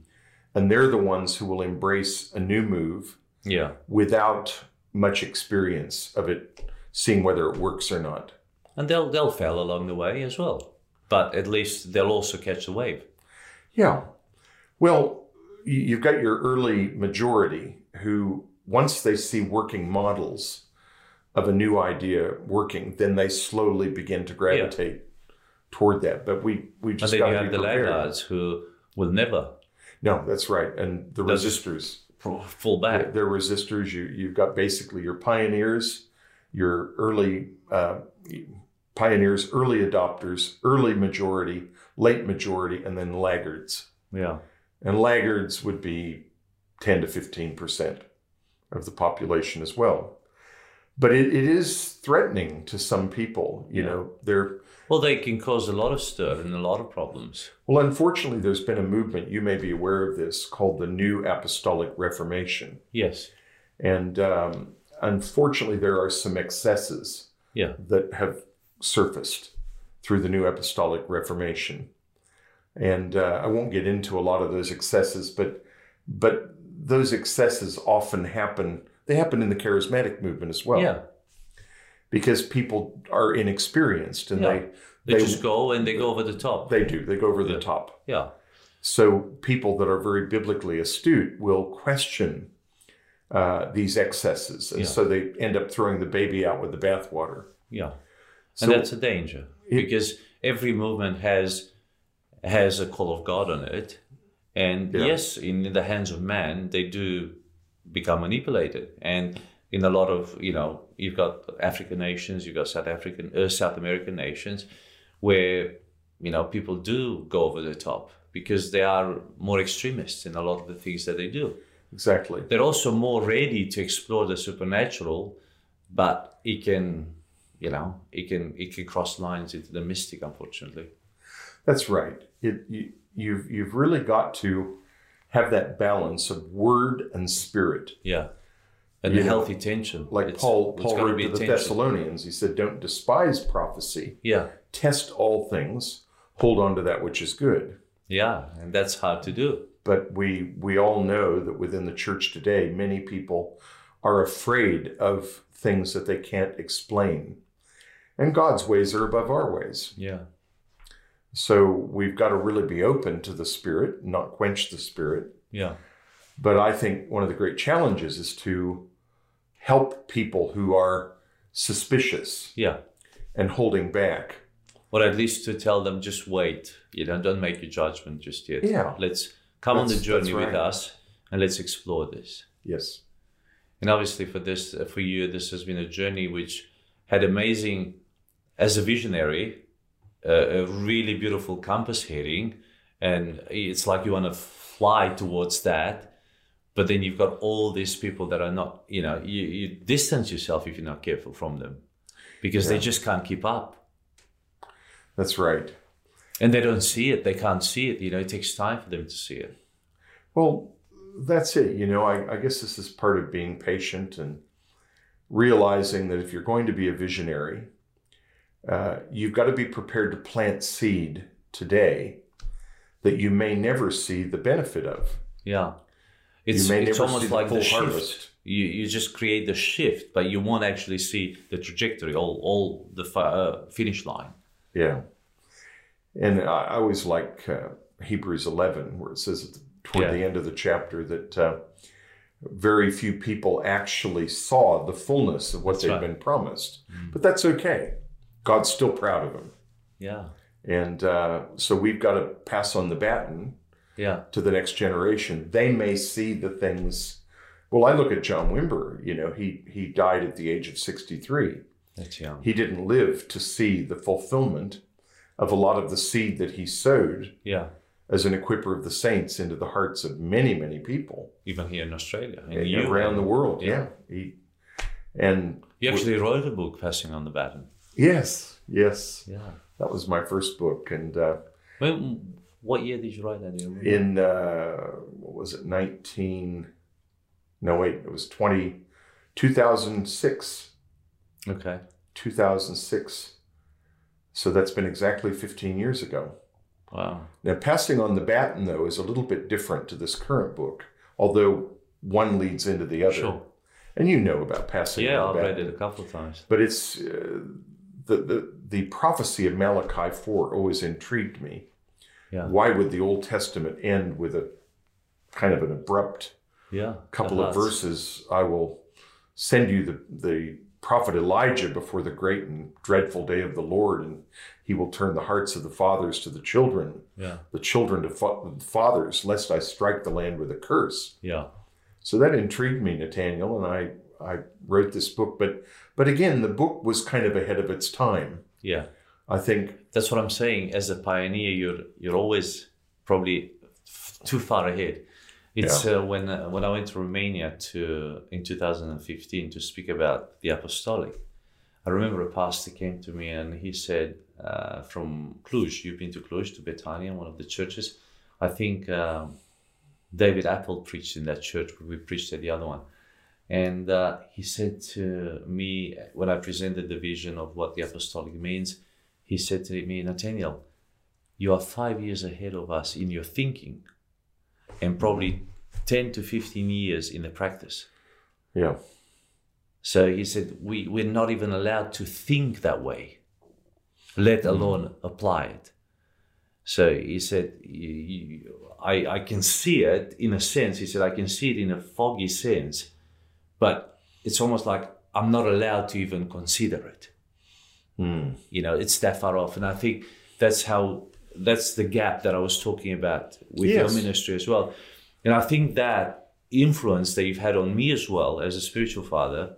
And they're the ones who will embrace a new move
Yeah,
without much experience of it, seeing whether it works or not.
and they'll they'll fail along the way as well, but at least they'll also catch the wave.
Yeah. Well, you- you've got your early majority who, once they see working models of a new idea working, then they slowly begin to gravitate toward that. But we we
And
just
then
got
you
to
have
be
the
prepared.
laggards who will never
No, that's right. And the
That's-
resistors,
f- fall
they're,
back.
they're resistors. You you've got basically your pioneers, your early uh, pioneers, early adopters, early majority, late majority, and then laggards.
Yeah,
And laggards would be 10 to 15% of the population as well. But it, it is threatening to some people. You
Yeah.
know, they're,
well, they can cause a lot of stir and a lot of problems.
well, unfortunately, there's been a movement, you may be aware of this, called the New Apostolic Reformation.
Yes.
And um, unfortunately, there are some excesses
Yeah.
that have surfaced through the new apostolic reformation and uh, i won't get into a lot of those excesses but but those excesses often happen They happen in the charismatic movement as well.
yeah,
Because people are inexperienced and
Yeah. they,
they they
just go and they go over the top.
they do they go over the
Yeah.
top.
yeah,
So people that are very biblically astute will question uh, these excesses, and
Yeah.
so they end up throwing the baby out with the bathwater.
yeah, and
So
that's a danger
It-
because every movement has has a call of God on it, and
Yeah.
yes, in the hands of man, they do become manipulated, and in a lot of you know, you've got African nations, you've got South African, uh, South American nations, where you know people do go over the top because they are more extremists in a lot of the things that they do.
exactly
they're also more ready to explore the supernatural, but it can, you know, it can it can cross lines into the mystic, unfortunately.
that's right. It you, you've you've really got to have that balance of word and spirit,
Yeah, and
Yeah.
the healthy tension,
like
It's-
Paul
it's
Paul
gotta
wrote
be
to the
tension.
Thessalonians. He said, "Don't despise prophecy.
Yeah,
Test all things. Hold on to that which is good."
yeah, and that's hard to do.
but we we all know that within the church today many people are afraid of things that they can't explain and god's ways are above our ways
Yeah,
so we've got to really be open to the spirit not quench the spirit
yeah,
but i think one of the great challenges is to help people who are suspicious
yeah,
and holding back
or at least to tell them just wait. You know, don't make your judgment just yet.
Yeah.
let's come on the
That's- that's
journey with
right.
us and let's explore this.
yes
And obviously, for this, uh, for you, this has been a journey which had amazing, as a visionary, uh, a really beautiful compass heading, and it's like you want to fly towards that, but then you've got all these people that are not, you know, you, you distance yourself if you're not careful from them, because they
Yeah.
just can't keep up,
that's right
and they don't see it, they can't see it, you know, it takes time for them to see it.
Well, that's it. You know, I, I guess this is part of being patient and realizing that if you're going to be a visionary, uh, you've got to be prepared to plant seed today that you may never see the benefit of.
Yeah. It's,
may
it's
never see
almost
the
like
full
the shift.
harvest.
You, you just create the shift, but you won't actually see the trajectory, all, all the fi- uh, finish line.
Yeah. And I I always like uh, Hebrews 11, where it says at the, toward
Yeah.
the end of the chapter that uh, very few people actually saw the fullness of what
That's
they've
right. Mm.
been promised. But that's okay. God's still proud of them.
Yeah.
And uh, so we've got to pass on the baton
Yeah.
to the next generation. They may see the things. Well, I look at John Wimber, you know, he, he died at the age of 63
That's young.
he didn't live to see the fulfillment of a lot of the seed that he sowed
Yeah.
as an equipper of the saints into the hearts of many, many people
Even here in Australia. And
a-
you,
around the world. Yeah.
Yeah.
He, and
you actually wrote a book, Passing on the Baton.
yes, yes,
Yeah.
that was my first book. And uh,
When, what year did you write that? Do you remember?
in, uh, what was it, 19, no, wait, it was 20, 2006.
Okay.
2006. So that's been exactly 15 years ago.
Wow.
Now, passing on the baton, though, is a little bit different to this current book, although one leads into the other.
Sure.
And you know about passing
Yeah,
on
I've
the
read
baton.
it a couple of times.
But it's uh, the, the, the prophecy of Malachi 4 always intrigued me.
Yeah.
Why would the Old Testament end with a kind of an abrupt
Yeah.
couple
that
of
lasts.
verses? I will send you the, the prophet Elijah before the great and dreadful day of the Lord, and he will turn the hearts of the fathers to the children
Yeah.
the children to fa- fathers, lest I strike the land with a curse.
Yeah.
So that intrigued me, Nathaniel, and I, I wrote this book. But but again, the book was kind of ahead of its time.
Yeah.
I think
that's what I'm saying. As a pioneer, you're you're always probably f- too far ahead. It's uh, when uh, when I went to Romania to in 2015 to speak about the apostolic. I remember a pastor came to me and he said uh, from Cluj. You've been to Cluj to Betania, one of the churches. I think um, David Apple preached in that church. but We preached at the other one. And uh, he said to me when I presented the vision of what the apostolic means, he said to me, Nathaniel, you are five years ahead of us in your thinking and probably 10 to 15 years in the practice.
Yeah.
So he said, we, we're not even allowed to think that way, let alone apply it. So he said, "You- you- I, I can see it in a sense. He said, I can see it in a foggy sense, but it's almost like I'm not allowed to even consider it. You know, it's that far off. And I think that's how, that's the gap that I was talking about with
Yes.
your ministry as well. And I think that influence that you've had on me as well as a spiritual father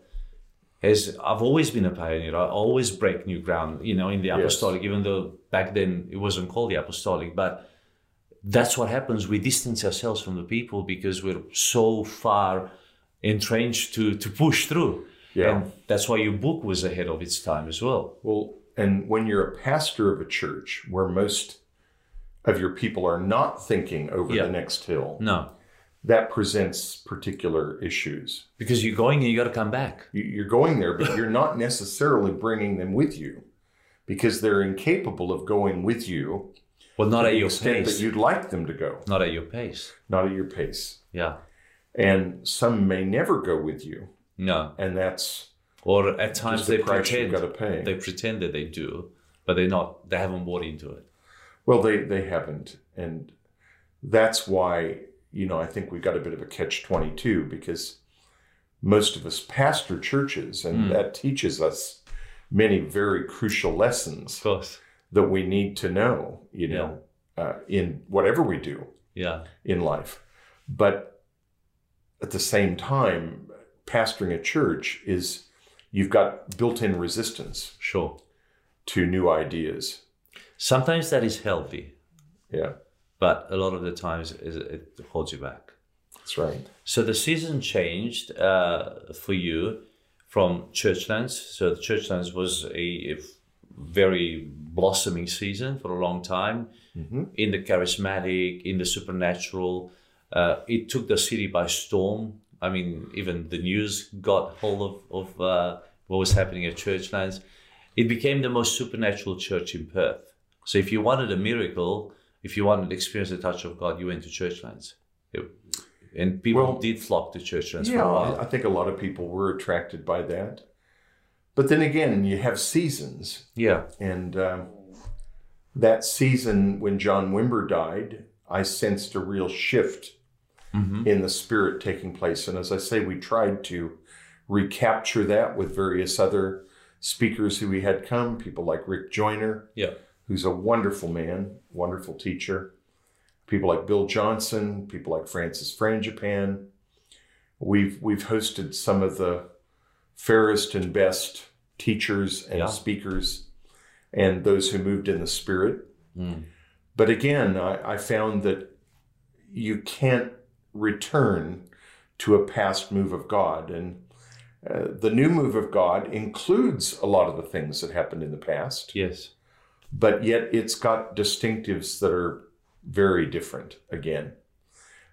has I've always been a pioneer. I always break new ground, you know, in the apostolic, even though back then it wasn't called the apostolic, but that's what happens. We distance ourselves from the people because we're so far entrenched to to push through.
Yeah.
And that's why your book was ahead of its time as well.
Well, and when you're a pastor of a church where most of your people are not thinking over
Yeah.
the next hill,
No.
that presents particular issues.
Because you're going and you gotta come back.
You- You're going there, but you're not necessarily bringing them with you because they're incapable of going with you
Well not
to
at
the
your
extent
pace.
that you'd like them to go,
not at your pace.
not at your pace.
Yeah.
And some may never go with you,
No.
and that's
or at times
the
they
price you've
pretend
gotta pay.
they pretend that they do, but they're not. They haven't bought into it.
Well, they they haven't, and that's why you know I think we got a bit of a catch twenty two because most of us pastor churches,
Hmm.
and that teaches us many very crucial lessons
course.
that we need to know, you
Yeah.
know, uh, in whatever we do
Yeah.
in life. But at the same time, pastoring a church is you've got built-in resistance
Sure.
to new ideas.
Sometimes that is healthy,
Yeah,
but a lot of the times is- it holds you back.
that's right.
So the season changed uh, for you from Churchlands. So the Churchlands was a, a very blossoming season for a long time
Mm-hmm.
in the charismatic, in the supernatural. Uh, it took the city by storm. I mean, even the news got hold of, of uh, what was happening at Churchlands. It became the most supernatural church in Perth. So if you wanted a miracle, if you wanted to experience the touch of God, you went to Churchlands. It- and people
Well,
did flock to Churchlands for
yeah,
a
I I
while.
think a lot of people were attracted by that. But then again, you have seasons,
Yeah.
and um, that season when John Wimber died, I sensed a real shift in the spirit taking place. And as I say, we tried to recapture that with various other speakers who we had come, people like Rick Joyner,
Yeah.
who's a wonderful man, wonderful teacher. People like Bill Johnson, people like Francis Frangipan. We've we've hosted some of the fairest and best teachers and
Yeah.
speakers and those who moved in the spirit.
Mm.
But again, I, I found that you can't return to a past move of God. And uh, the new move of God includes a lot of the things that happened in the past
Yes.
but yet it's got distinctives that are very different again.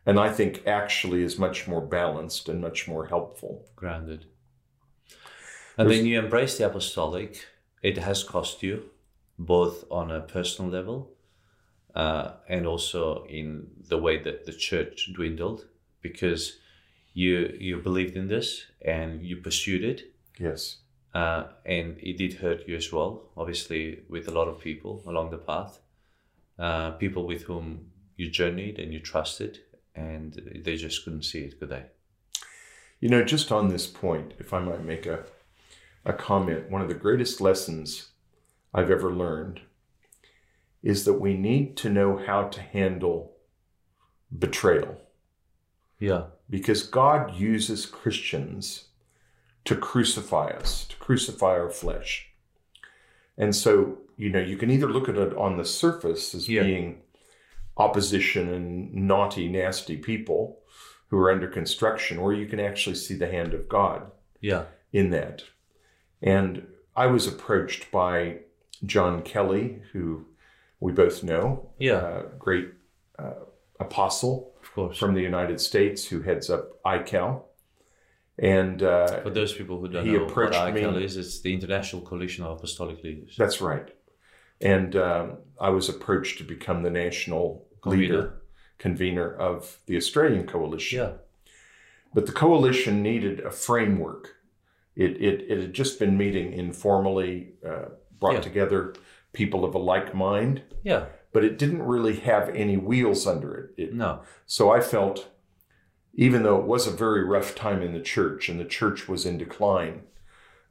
And I think actually is much more balanced and much more helpful.
Grounded. And then you embrace the apostolic. It has cost you, both on a personal level uh, and also in the way that the church dwindled, because you you believed in this and you pursued it,
Yes.
uh, and it did hurt you as well. Obviously, with a lot of people along the path, uh, people with whom you journeyed and you trusted, and they just couldn't see it, could they?
You know, just on this point, if I might make a, a comment, one of the greatest lessons I've ever learned is that we need to know how to handle betrayal
Yeah.
because God uses Christians to crucify us, to crucify our flesh. And so, you know, you can either look at it on the surface as
Yeah.
being opposition and naughty, nasty people who are under construction, or you can actually see the hand of God
Yeah.
in that. And I was approached by John Kelly, who we both know,
Yeah.
uh, great uh, apostle
Of course.
from the United States who heads up ICAL. And uh,
For those people who don't
He
know what
approached
ICAL
me-
is, it's the International Coalition of Apostolic Leaders.
that's right. And um, I was approached to become the national
Convener.
leader, convener of the Australian Coalition.
Yeah.
But the coalition needed a framework. It, it, it had just been meeting informally, uh, brought
Yeah.
together people of a like mind,
Yeah.
but it didn't really have any wheels under it. it
No.
So I felt, even though it was a very rough time in the church and the church was in decline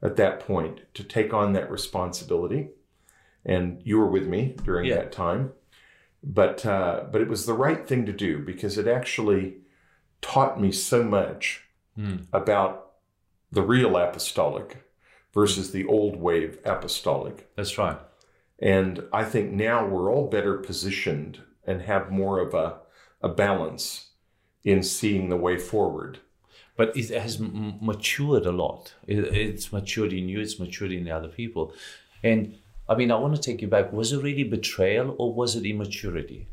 at that point, to take on that responsibility. And you were with me during
Yeah.
that time. But, uh, but it was the right thing to do because it actually taught me so much
Mm.
about the real apostolic versus the old wave apostolic.
That's right.
And I think now we're all better positioned and have more of a, a balance in seeing the way forward.
But it has m- matured a lot. It, it's matured in you. It's matured in the other people. And I mean, I want to take you back. Was it really betrayal or was it immaturity?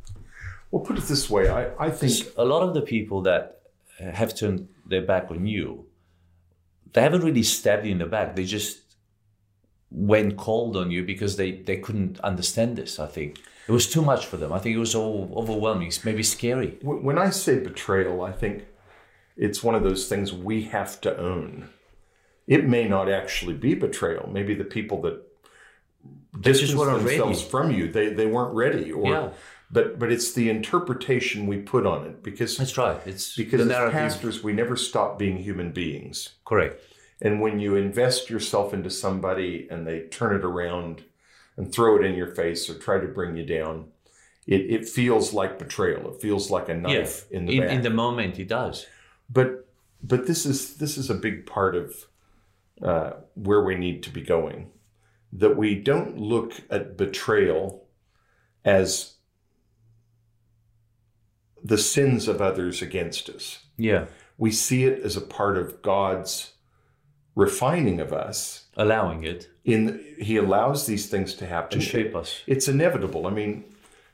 Well, put it this way I, I think,
a lot of the people that uh, have turned their back on you, they haven't really stabbed you in the back. They just went cold on you because they, they couldn't understand this, I think. It was too much for them. I think it was all overwhelming, It's maybe scary.
w- when I say betrayal, I think it's one of those things we have to own. It may not actually be betrayal. Maybe the people that distanced
weren't ready.
themselves from you, they, they weren't ready. Or,
Yeah.
but, but it's the interpretation we put on it because,
That's right. It's
because
the
as
narrative.
pastors, we never stop being human beings.
Correct.
And when you invest yourself into somebody and they turn it around and throw it in your face or try to bring you down, it, it feels like betrayal. It feels like a knife in the
in,
back.
in the moment, it does.
but but this is this is a big part of uh, where we need to be going. That we don't look at betrayal as the sins of others against us
Yeah.
we see it as a part of God's refining of us.
Allowing it
In He allows these things to
to
happen.
shape us.
It's inevitable. I mean,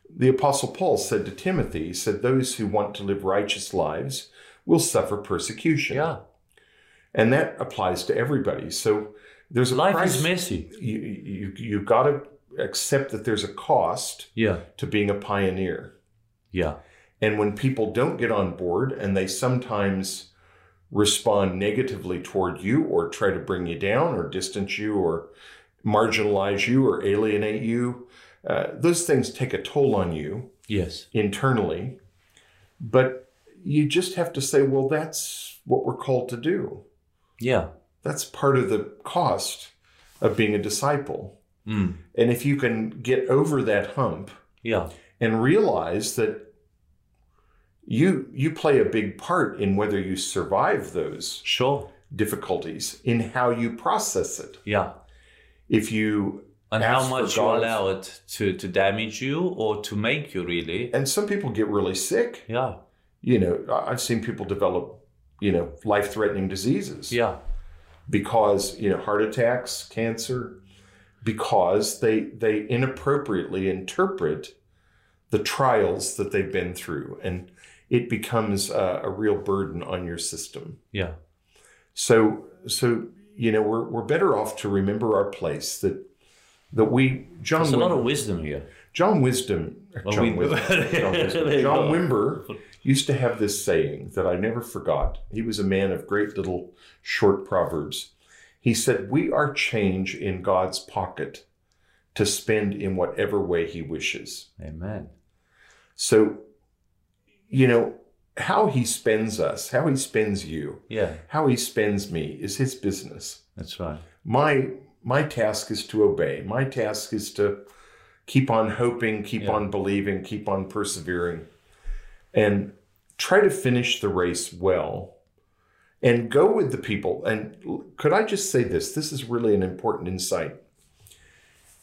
the Apostle Paul said to Timothy, he said, "Those who want to live righteous lives will suffer persecution."
Yeah.
and that applies to everybody. So there's a
Life
price.
is messy.
you you you got to accept that there's a cost
Yeah.
to being a pioneer.
Yeah.
And when people don't get on board and they sometimes respond negatively toward you or try to bring you down or distance you or marginalize you or alienate you, uh, those things take a toll on you
Yes.
internally. But you just have to say, well, that's what we're called to do.
Yeah.
That's part of the cost of being a disciple.
Mm.
And if you can get over that hump,
Yeah.
and realize that you you play a big part in whether you survive those
Sure.
difficulties in how you process it
Yeah.
if you
and
ask
how
for
much you
God's-
allow it to, to damage you or to make you really
and some people get really sick
yeah
you know I- i've seen people develop you know life threatening diseases
yeah
because you know heart attacks cancer because they they inappropriately interpret the trials that they've been through and it becomes a, a real burden on your system
yeah
So so you know we're we're better off to remember our place that that we John
there's a lot
Wim-
of wisdom here
John Wisdom
Well,
John,
we-
Wisdom, John, Wisdom,
There you
John
go.
Wimber used to have this saying that I never forgot. He was a man of great little short proverbs. He said, "We are change in God's pocket to spend in whatever way He wishes."
amen
So you know how He spends us, how He spends you,
yeah
how He spends me is His business
that's right
my my task is to obey my task is to keep on hoping keep
Yeah.
on believing keep on persevering and try to finish the race well and go with the people and l- could i just say this this is really an important insight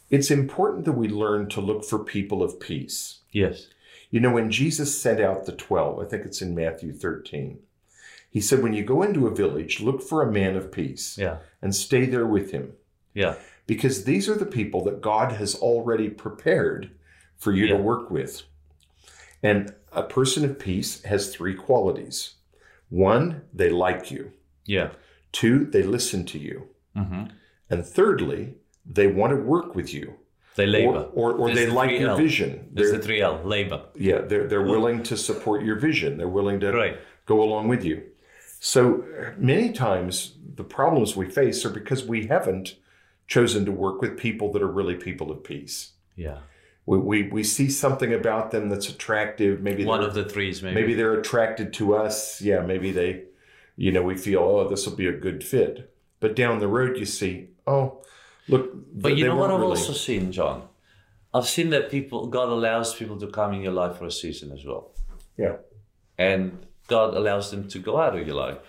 it's important that we learn to look for people of peace
yes
you know, when Jesus sent out the 12, I think it's in Matthew 13, he said, When you go into a village, look for a man of peace
yeah
and stay there with him
yeah
because these are the people that God has already prepared for you
Yeah.
to work with. And a person of peace has three qualities one, they like you,
yeah
two, they listen to you,
hmm
and thirdly, they want to work with you.
they labor
Or, or, or
There's
they
the
like
three
your
L.
vision.
there's
They're-
the three l labor
yeah, they're, they're willing to support your vision, they're willing to
right
go along with you. So many times the problems we face are because we haven't chosen to work with people that are really people of peace.
Yeah.
We, we, we see something about them that's attractive. Maybe
One
they're-
of the threes, maybe.
maybe they're attracted to us. Yeah, maybe they, you know, we feel, oh, this will be a good fit. But down the road, you see, oh, look.
But
th-
you
they
know what
weren't
I've
really-
also seen, John? I've seen that people God allows people to come in your life for a season as well.
Yeah,
And God allows them to go out of your life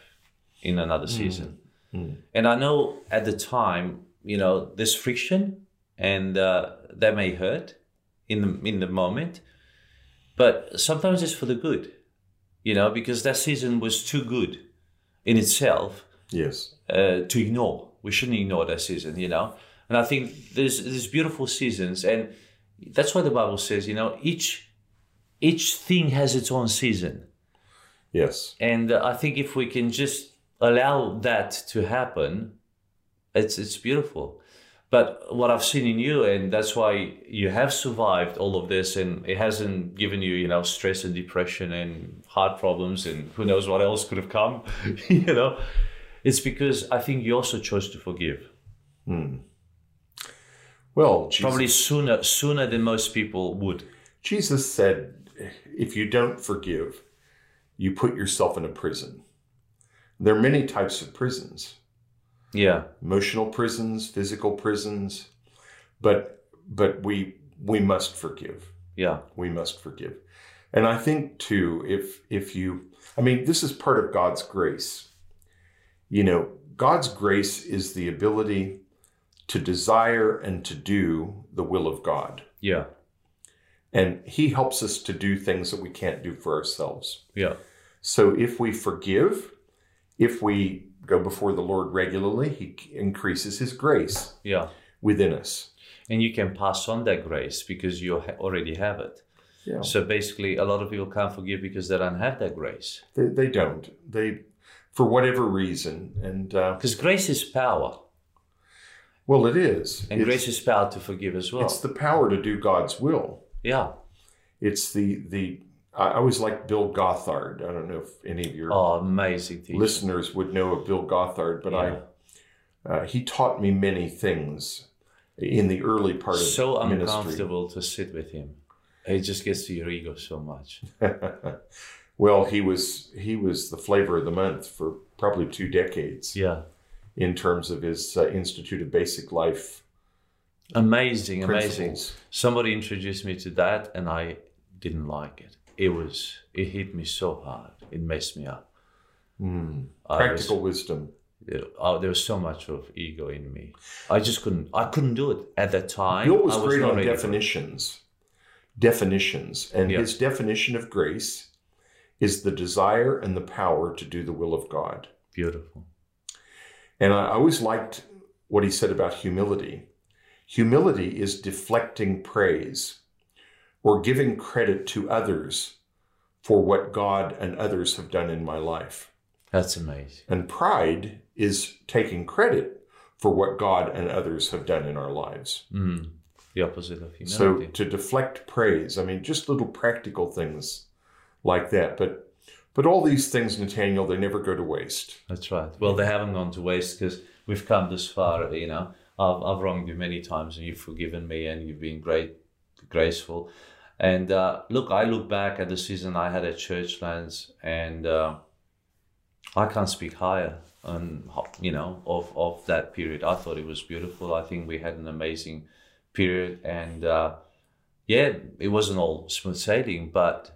in another season. And I know at the time, you know, there's friction and uh, that may hurt in the in the moment. But sometimes it's for the good. You know, because that season was too good in itself
yes,
uh, to ignore. We shouldn't ignore that season, you know. And I think there's there's beautiful seasons, and that's why the Bible says, you know, each each thing has its own season.
yes,
And uh, I think if we can just allow that to happen, it's it's beautiful. But what I've seen in you, and that's why you have survived all of this, and it hasn't given you, you know, stress and depression and heart problems, and who knows what else could have come, you know. It's because I think you also chose to forgive,
Hmm. Well, Jesus,
probably sooner sooner than most people would.
Jesus said, if you don't forgive, you put yourself in a prison. There are many types of prisons.
Yeah,
emotional prisons, physical prisons, but but we we must forgive.
yeah,
We must forgive. And I think too, if if you I mean, this is part of God's grace. You know, God's grace is the ability to desire and to do the will of God.
yeah,
And he helps us to do things that we can't do for ourselves.
yeah,
So if we forgive, if we go before the Lord regularly, he increases his grace
yeah.
within us.
And you can pass on that grace because you ha- already have it.
Yeah.
So basically, a lot of people can't forgive because they don't have that grace.
They, they don't. They, for whatever reason, and uh,
Because grace is power,
well, it is.
and
it's,
grace is power to forgive as well.
It's the power to do God's will.
yeah.
It's the the. I I always liked Bill Gothard. I don't know if any of your
Oh, amazing teacher.
listeners would know of Bill Gothard, but I uh, he taught me many things in the early part of
so
ministry.
uncomfortable to sit with him. It just gets to your ego so much.
well, he was he was the flavor of the month for probably two decades
Yeah.
in terms of his uh, Institute of Basic Life
Amazing, amazing.
principles.
Somebody introduced me to that, and I didn't like it. It was it hit me so hard. It messed me up.
Hmm.
I was-
Practical wisdom.
uh, there was so much of ego in me. I just couldn't. I couldn't do it at that time.
Bill was,
I
great
not
on
ready for it.
definitions. Definitions. And
Yeah.
his definition of grace is the desire and the power to do the will of God.
Beautiful.
And I always liked what he said about humility. Humility is deflecting praise or giving credit to others for what God and others have done in my life.
That's amazing.
And pride is taking credit for what God and others have done in our lives.
Mm. The opposite of
So
humility.
to deflect praise, I mean, just little practical things like that. But but all these things, Nathaniel, they never go to waste.
That's right. Well, they haven't gone to waste because we've come this far. You know, I've, I've wronged you many times, and you've forgiven me, and you've been great, graceful. And uh, look, I look back at the season I had at Churchlands, and uh, I can't speak higher on ho- you know of of that period. I thought it was beautiful. I think we had an amazing period, and uh, yeah, it wasn't all smooth sailing, but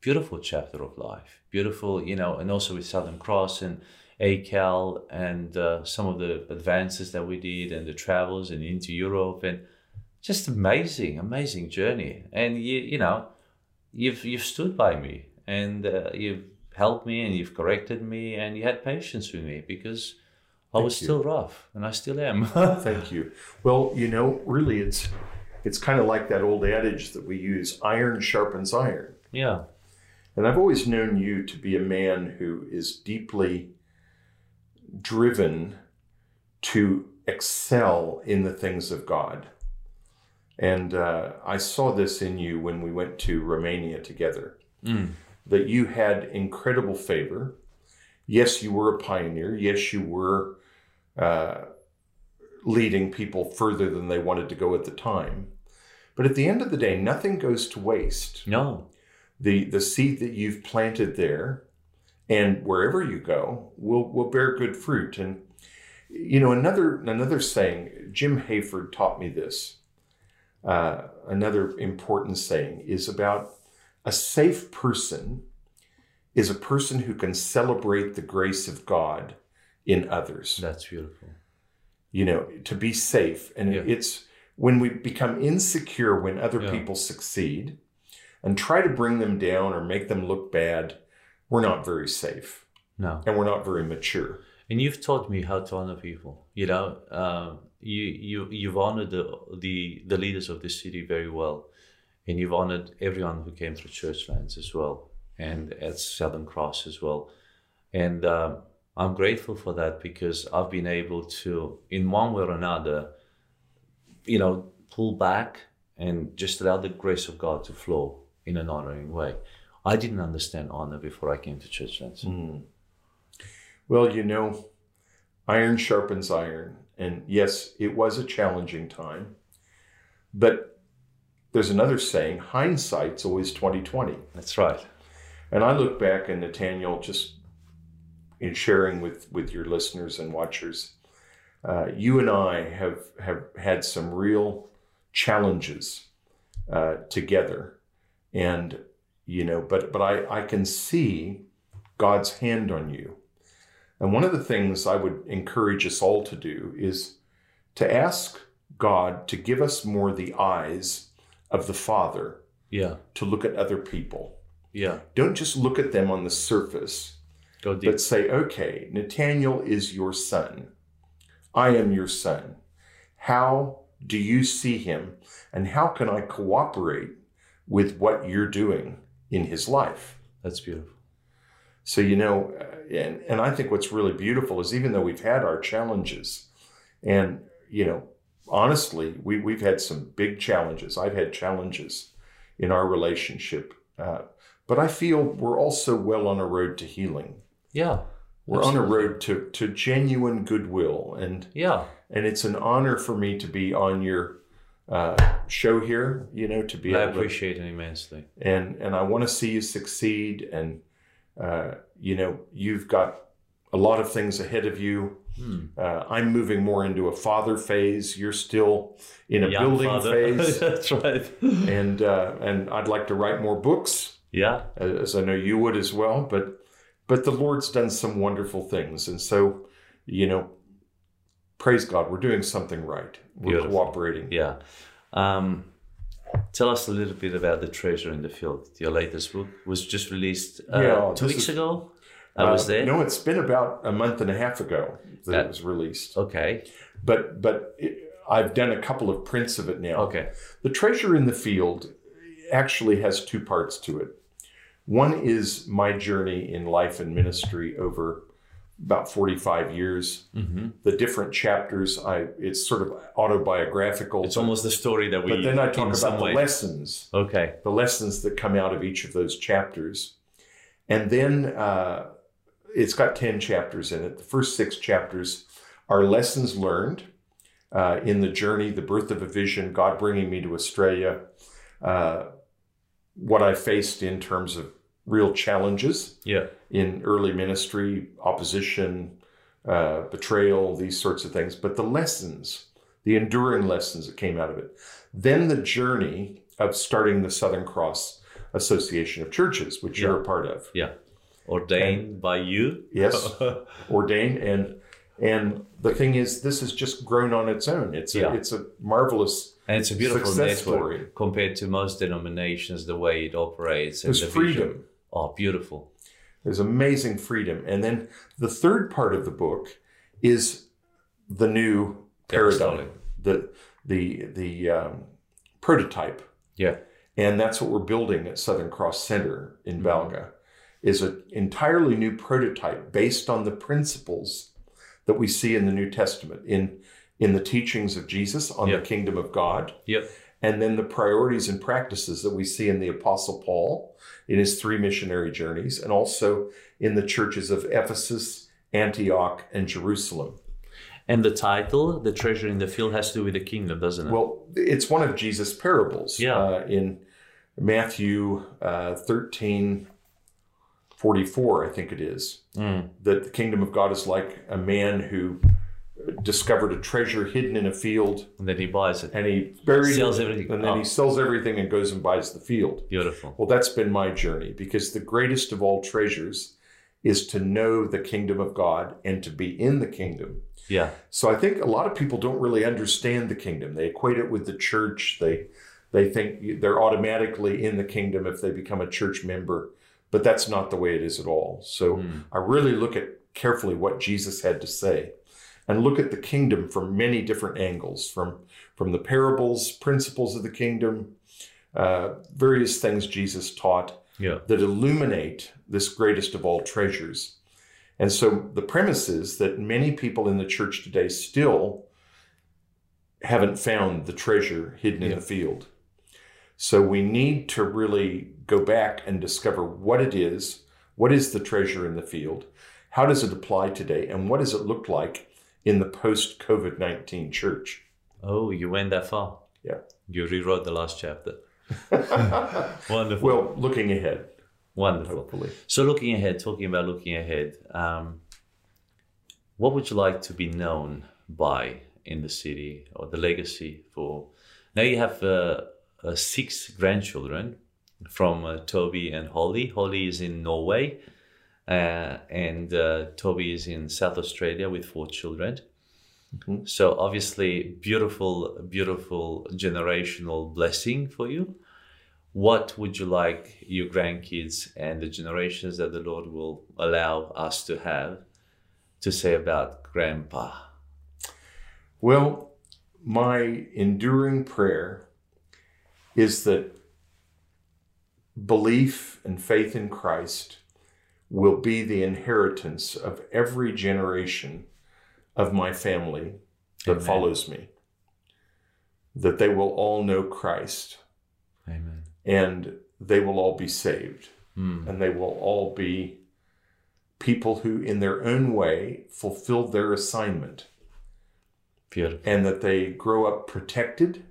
beautiful chapter of life. Beautiful, you know, and also with Southern Cross and ACAL and uh, some of the advances that we did and the travels and into Europe and just amazing, amazing journey. And you, you know, you've you've stood by me and uh, you've helped me and you've corrected me and you had patience with me because I was
you.
still rough and I still am.
Thank you. Well, you know, really, it's it's kind of like that old adage that we use: iron sharpens iron.
yeah,
And I've always known you to be a man who is deeply driven to excel in the things of God. And uh, I saw this in you when we went to Romania together, that you had incredible favor yes, you were a pioneer. Yes, you were uh, leading people further than they wanted to go at the time. But at the end of the day, nothing goes to waste.
No.
The the seed that you've planted there, and wherever you go, will will bear good fruit. And you know another another saying. Jim Hayford taught me this. Uh, another important saying is about a safe person is a person who can celebrate the grace of God in others.
That's beautiful.
You know, to be safe. And
Yeah.
it's when we become insecure when other
Yeah.
people succeed and try to bring them down or make them look bad, we're not very safe
No.
and we're not very mature.
and you've taught me how to honor people you know um, you you you've honored the, the the leaders of this city very well and you've honored everyone who came through churchlands as well and at southern cross as well and um, i'm grateful for that because i've been able to in one way or another you know pull back and just allow the grace of god to flow in an honoring way i didn't understand honor before i came to churchlands
Well, you know, iron sharpens iron. And yes, it was a challenging time. But there's another saying, hindsight's always 2020.
that's right
And I look back and Nathaniel, just in sharing with, with your listeners and watchers, uh, you and I have, have had some real challenges uh, together. And, you know, but, but I, I can see God's hand on you. And one of the things I would encourage us all to do is to ask God to give us more the eyes of the Father
yeah
to look at other people
yeah
don't just look at them on the surface,
Go deep.
but say, okay, Nathaniel is your son. I am your son. How do you see him? And how can I cooperate with what you're doing in his life?
That's beautiful.
So, you know, uh, and, and I think what's really beautiful is even though we've had our challenges, and, you know, honestly, we, we've had some big challenges. I've had challenges in our relationship, uh, but I feel we're also well on a road to healing.
Yeah.
We're on a
Absolutely.
road to, to genuine goodwill. And,
Yeah.
and it's an honor for me to be on your uh, show here, you know, to be
I
able to
appreciate it immensely.
and and I want to see you succeed. And uh, you know, you've got a lot of things ahead of you.
Hmm.
Uh, I'm moving more into a father phase. You're still in a
Young
building
father.
phase,
That's right.
and uh, and I'd like to write more books,
Yeah.
a- as I know you would as well. But but the Lord's done some wonderful things, and so you know. Praise God, we're doing something right. We're
Beautiful.
cooperating.
Yeah. Um, tell us a little bit about The Treasure in the Field. Your latest book was just released uh,
Yeah,
two
this
weeks
is-
ago. I
Uh,
was there.
No, it's been about a month and a half ago that,
That-
it was released.
Okay.
but but it, I've done a couple of prints of it now.
Okay.
The treasure in the field actually has two parts to it. One is my journey in life and ministry over about 45 years.
hmm
The different chapters, I it's sort of autobiographical.
It's almost the story that we.
but then I
in
talk
some
about the
way-
lessons,
Okay.
the lessons that come out of each of those chapters, and then uh, it's got ten chapters in it. The first six chapters are lessons learned uh, in the journey, the birth of a vision, God bringing me to Australia, uh, what I faced in terms of real challenges
Yeah.
in early ministry, opposition, uh, betrayal, these sorts of things, but the lessons, the enduring lessons that came out of it. Then the journey of starting the Southern Cross Association of Churches, which you're a part of.
Yeah. Ordained by you.
Yes, ordained and and the thing is, this has just grown on its own. It's a,
Yeah.
it's a marvelous
And it's a beautiful
Success
network
story.
compared to most denominations, the way it operates. and
There's
the vision.
freedom.
Oh, beautiful.
There's amazing freedom. And then the third part of the book is the new paradigm,
Apostolic.
the the the um, prototype,
Yeah.
and that's what we're building at Southern Cross Center in Balga. Is an entirely new prototype based on the principles that we see in the New Testament in in the teachings of Jesus on
Yeah.
the kingdom of God
Yep.
and then the priorities and practices that we see in the Apostle Paul in his three missionary journeys, and also in the churches of Ephesus, Antioch, and Jerusalem.
And the title, The Treasure in the Field, has to do with the kingdom, doesn't it?
Well, it's one of Jesus' parables.
Yeah.
Uh, in Matthew uh, 13 I think it is,
Mm.
that the kingdom of God is like a man who discovered a treasure hidden in a field
And then he buys it.
and he buries
Sells
it,
everything.
and then
Oh.
he sells everything and goes and buys the field.
Beautiful.
Well, that's been my journey because the greatest of all treasures is to know the kingdom of God and to be in the kingdom.
Yeah.
So I think a lot of people don't really understand the kingdom. They equate it with the church. They they think they're automatically in the kingdom if they become a church member, but that's not the way it is at all. So
Mm.
I really look at carefully what Jesus had to say and look at the kingdom from many different angles from from the parables, principles of the kingdom, uh, various things Jesus taught
Yeah.
that illuminate this greatest of all treasures. And so the premise is that many people in the church today still haven't found the treasure hidden in
Yeah.
the field. So we need to really go back and discover what it is, what is the treasure in the field, how does it apply today, and what does it look like in the post COVID 19 church?
Oh, you went that far.
Yeah.
You rewrote the last chapter. Wonderful.
well, looking ahead,
Wonderful.
hopefully.
So, looking ahead, talking about looking ahead, um, what would you like to be known by in the city or the legacy for? Now you have uh, uh, six grandchildren from uh, Toby and Holly. Holly is in Norway, uh, and uh, Toby is in South Australia with four children.
Mhm.
So obviously, beautiful, beautiful generational blessing for you what would you like your grandkids and the generations that the Lord will allow us to have to say about grandpa?
Well, my enduring prayer is that belief and faith in Christ will be the inheritance of every generation of my family that
Amen.
follows me. That they will all know Christ
Amen.
and they will all be saved
Mm.
and they will all be people who, in their own way, fulfill their assignment
Beautiful.
and that they grow up protected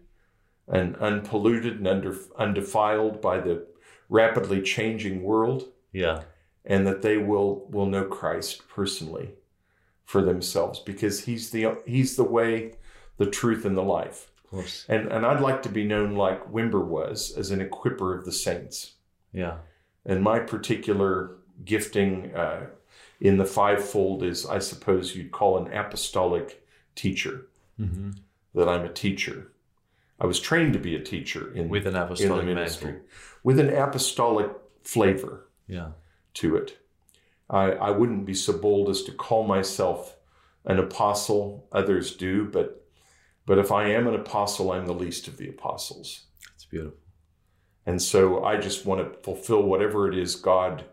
and unpolluted and under, undefiled by the rapidly changing world,
Yeah.
and that they will will know Christ personally for themselves because he's the he's the way, the truth, and the life.
Of course.
And and I'd like to be known like Wimber was as an equipper of the saints
Yeah.
and my particular gifting uh, in the fivefold is, I suppose, you'd call an apostolic teacher.
Mm-hmm.
That I'm a teacher. I was trained to be a teacher in
With an
in the
apostolic
ministry,
mantle.
with an apostolic flavor
Yeah.
to it. I, I wouldn't be so bold as to call myself an apostle. Others do, but but if I am an apostle, I'm the least of the apostles.
It's beautiful.
And so I just want to fulfill whatever it is God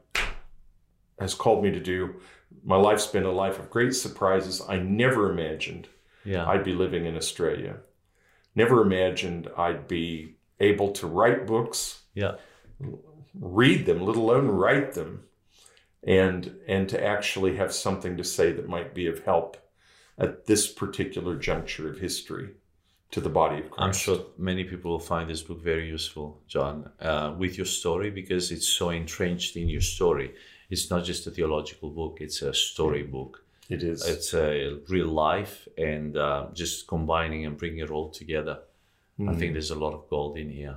has called me to do. My life's been a life of great surprises. I never imagined
Yeah.
I'd be living in Australia. Never imagined I'd be able to write books,
yeah.
read them, let alone write them, and and to actually have something to say that might be of help at this particular juncture of history to the body of Christ.
I'm sure many people will find this book very useful, John, uh, with your story because it's so entrenched in your story. It's not just a theological book, it's a story book.
it is.
It's a real life and uh, just combining and bringing it all together. I think there's a lot of gold in here.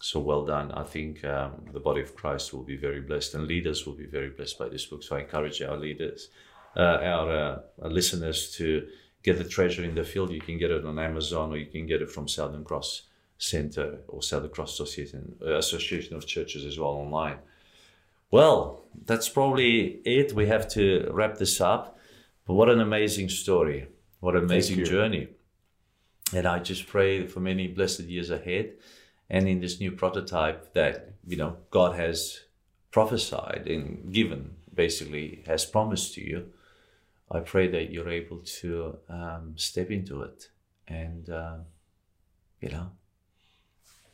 So well done. I think um, the body of Christ will be very blessed, and leaders will be very blessed by this book. So I encourage our leaders, uh, our, uh, our listeners, to get the treasure in the field. You can get it on Amazon, or you can get it from Southern Cross Center or Southern Cross Association, uh, Association of Churches as well online. Well, that's probably it. We have to wrap this up. But what an amazing story! What an amazing
you.
journey! And I just pray for many blessed years ahead and in this new prototype that, you know, God has prophesied and given, basically, has promised to you. I pray that you're able to um, step into it and, uh, you um, know,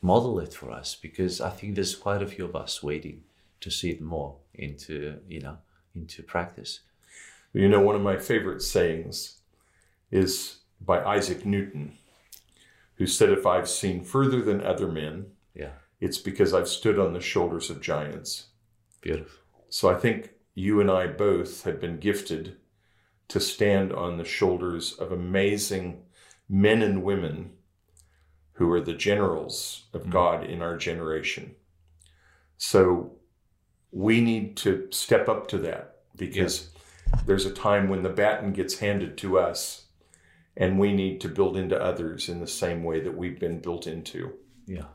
model it for us because I think there's quite a few of us waiting to see it more into you know into practice.
You know, one of my favorite sayings is by Isaac Newton, who said, If I've seen further than other men,
Yeah,
it's because I've stood on the shoulders of giants.
beautiful.
So I think you and I both have been gifted to stand on the shoulders of amazing men and women who are the generals of
Mm.
God in our generation. So we need to step up to that because there's a time when the baton gets handed to us and we need to build into others in the same way that we've been built into.
Yeah.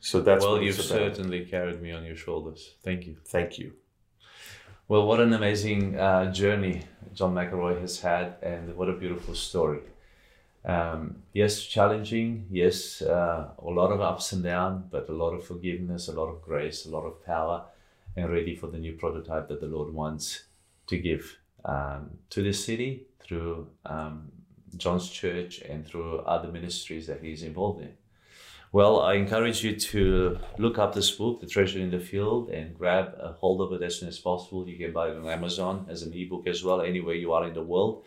So that's
well,
what
you've
it's about.
certainly carried me on your shoulders. Thank you.
Thank you.
Well, what an amazing uh, journey John McElroy has had, and what a beautiful story. Um, yes, challenging. Yes, uh, a lot of ups and downs, but a lot of forgiveness, a lot of grace, a lot of power, and ready for the new prototype that the Lord wants to give um, to this city through um, John's church and through other ministries that he's involved in. Well, I encourage you to look up this book, The Treasure in the Field, and grab a hold of it as soon as possible. You can buy it on Amazon as an ebook as well, anywhere you are in the world,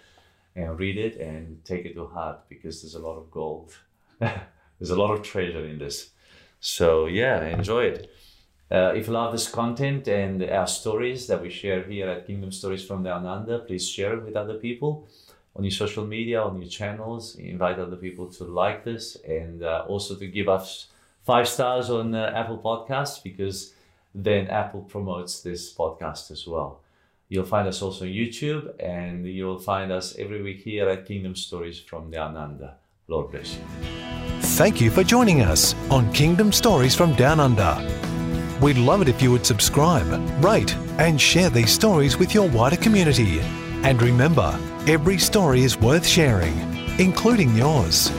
and read it and take it to heart because there's a lot of gold. there's a lot of treasure in this. So, yeah, enjoy it. Uh, if you love this content and our stories that we share here at Kingdom Stories from Down Under, please share it with other people on your social media, on your channels. Invite other people to like this and uh, also to give us five stars on uh, Apple Podcasts because then Apple promotes this podcast as well. You'll find us also on YouTube and you'll find us every week here at Kingdom Stories from the Ananda. Lord bless you.
Thank you for joining us on Kingdom Stories from Down Under. We'd love it if you would subscribe, rate, and share these stories with your wider community. And remember, every story is worth sharing, including yours.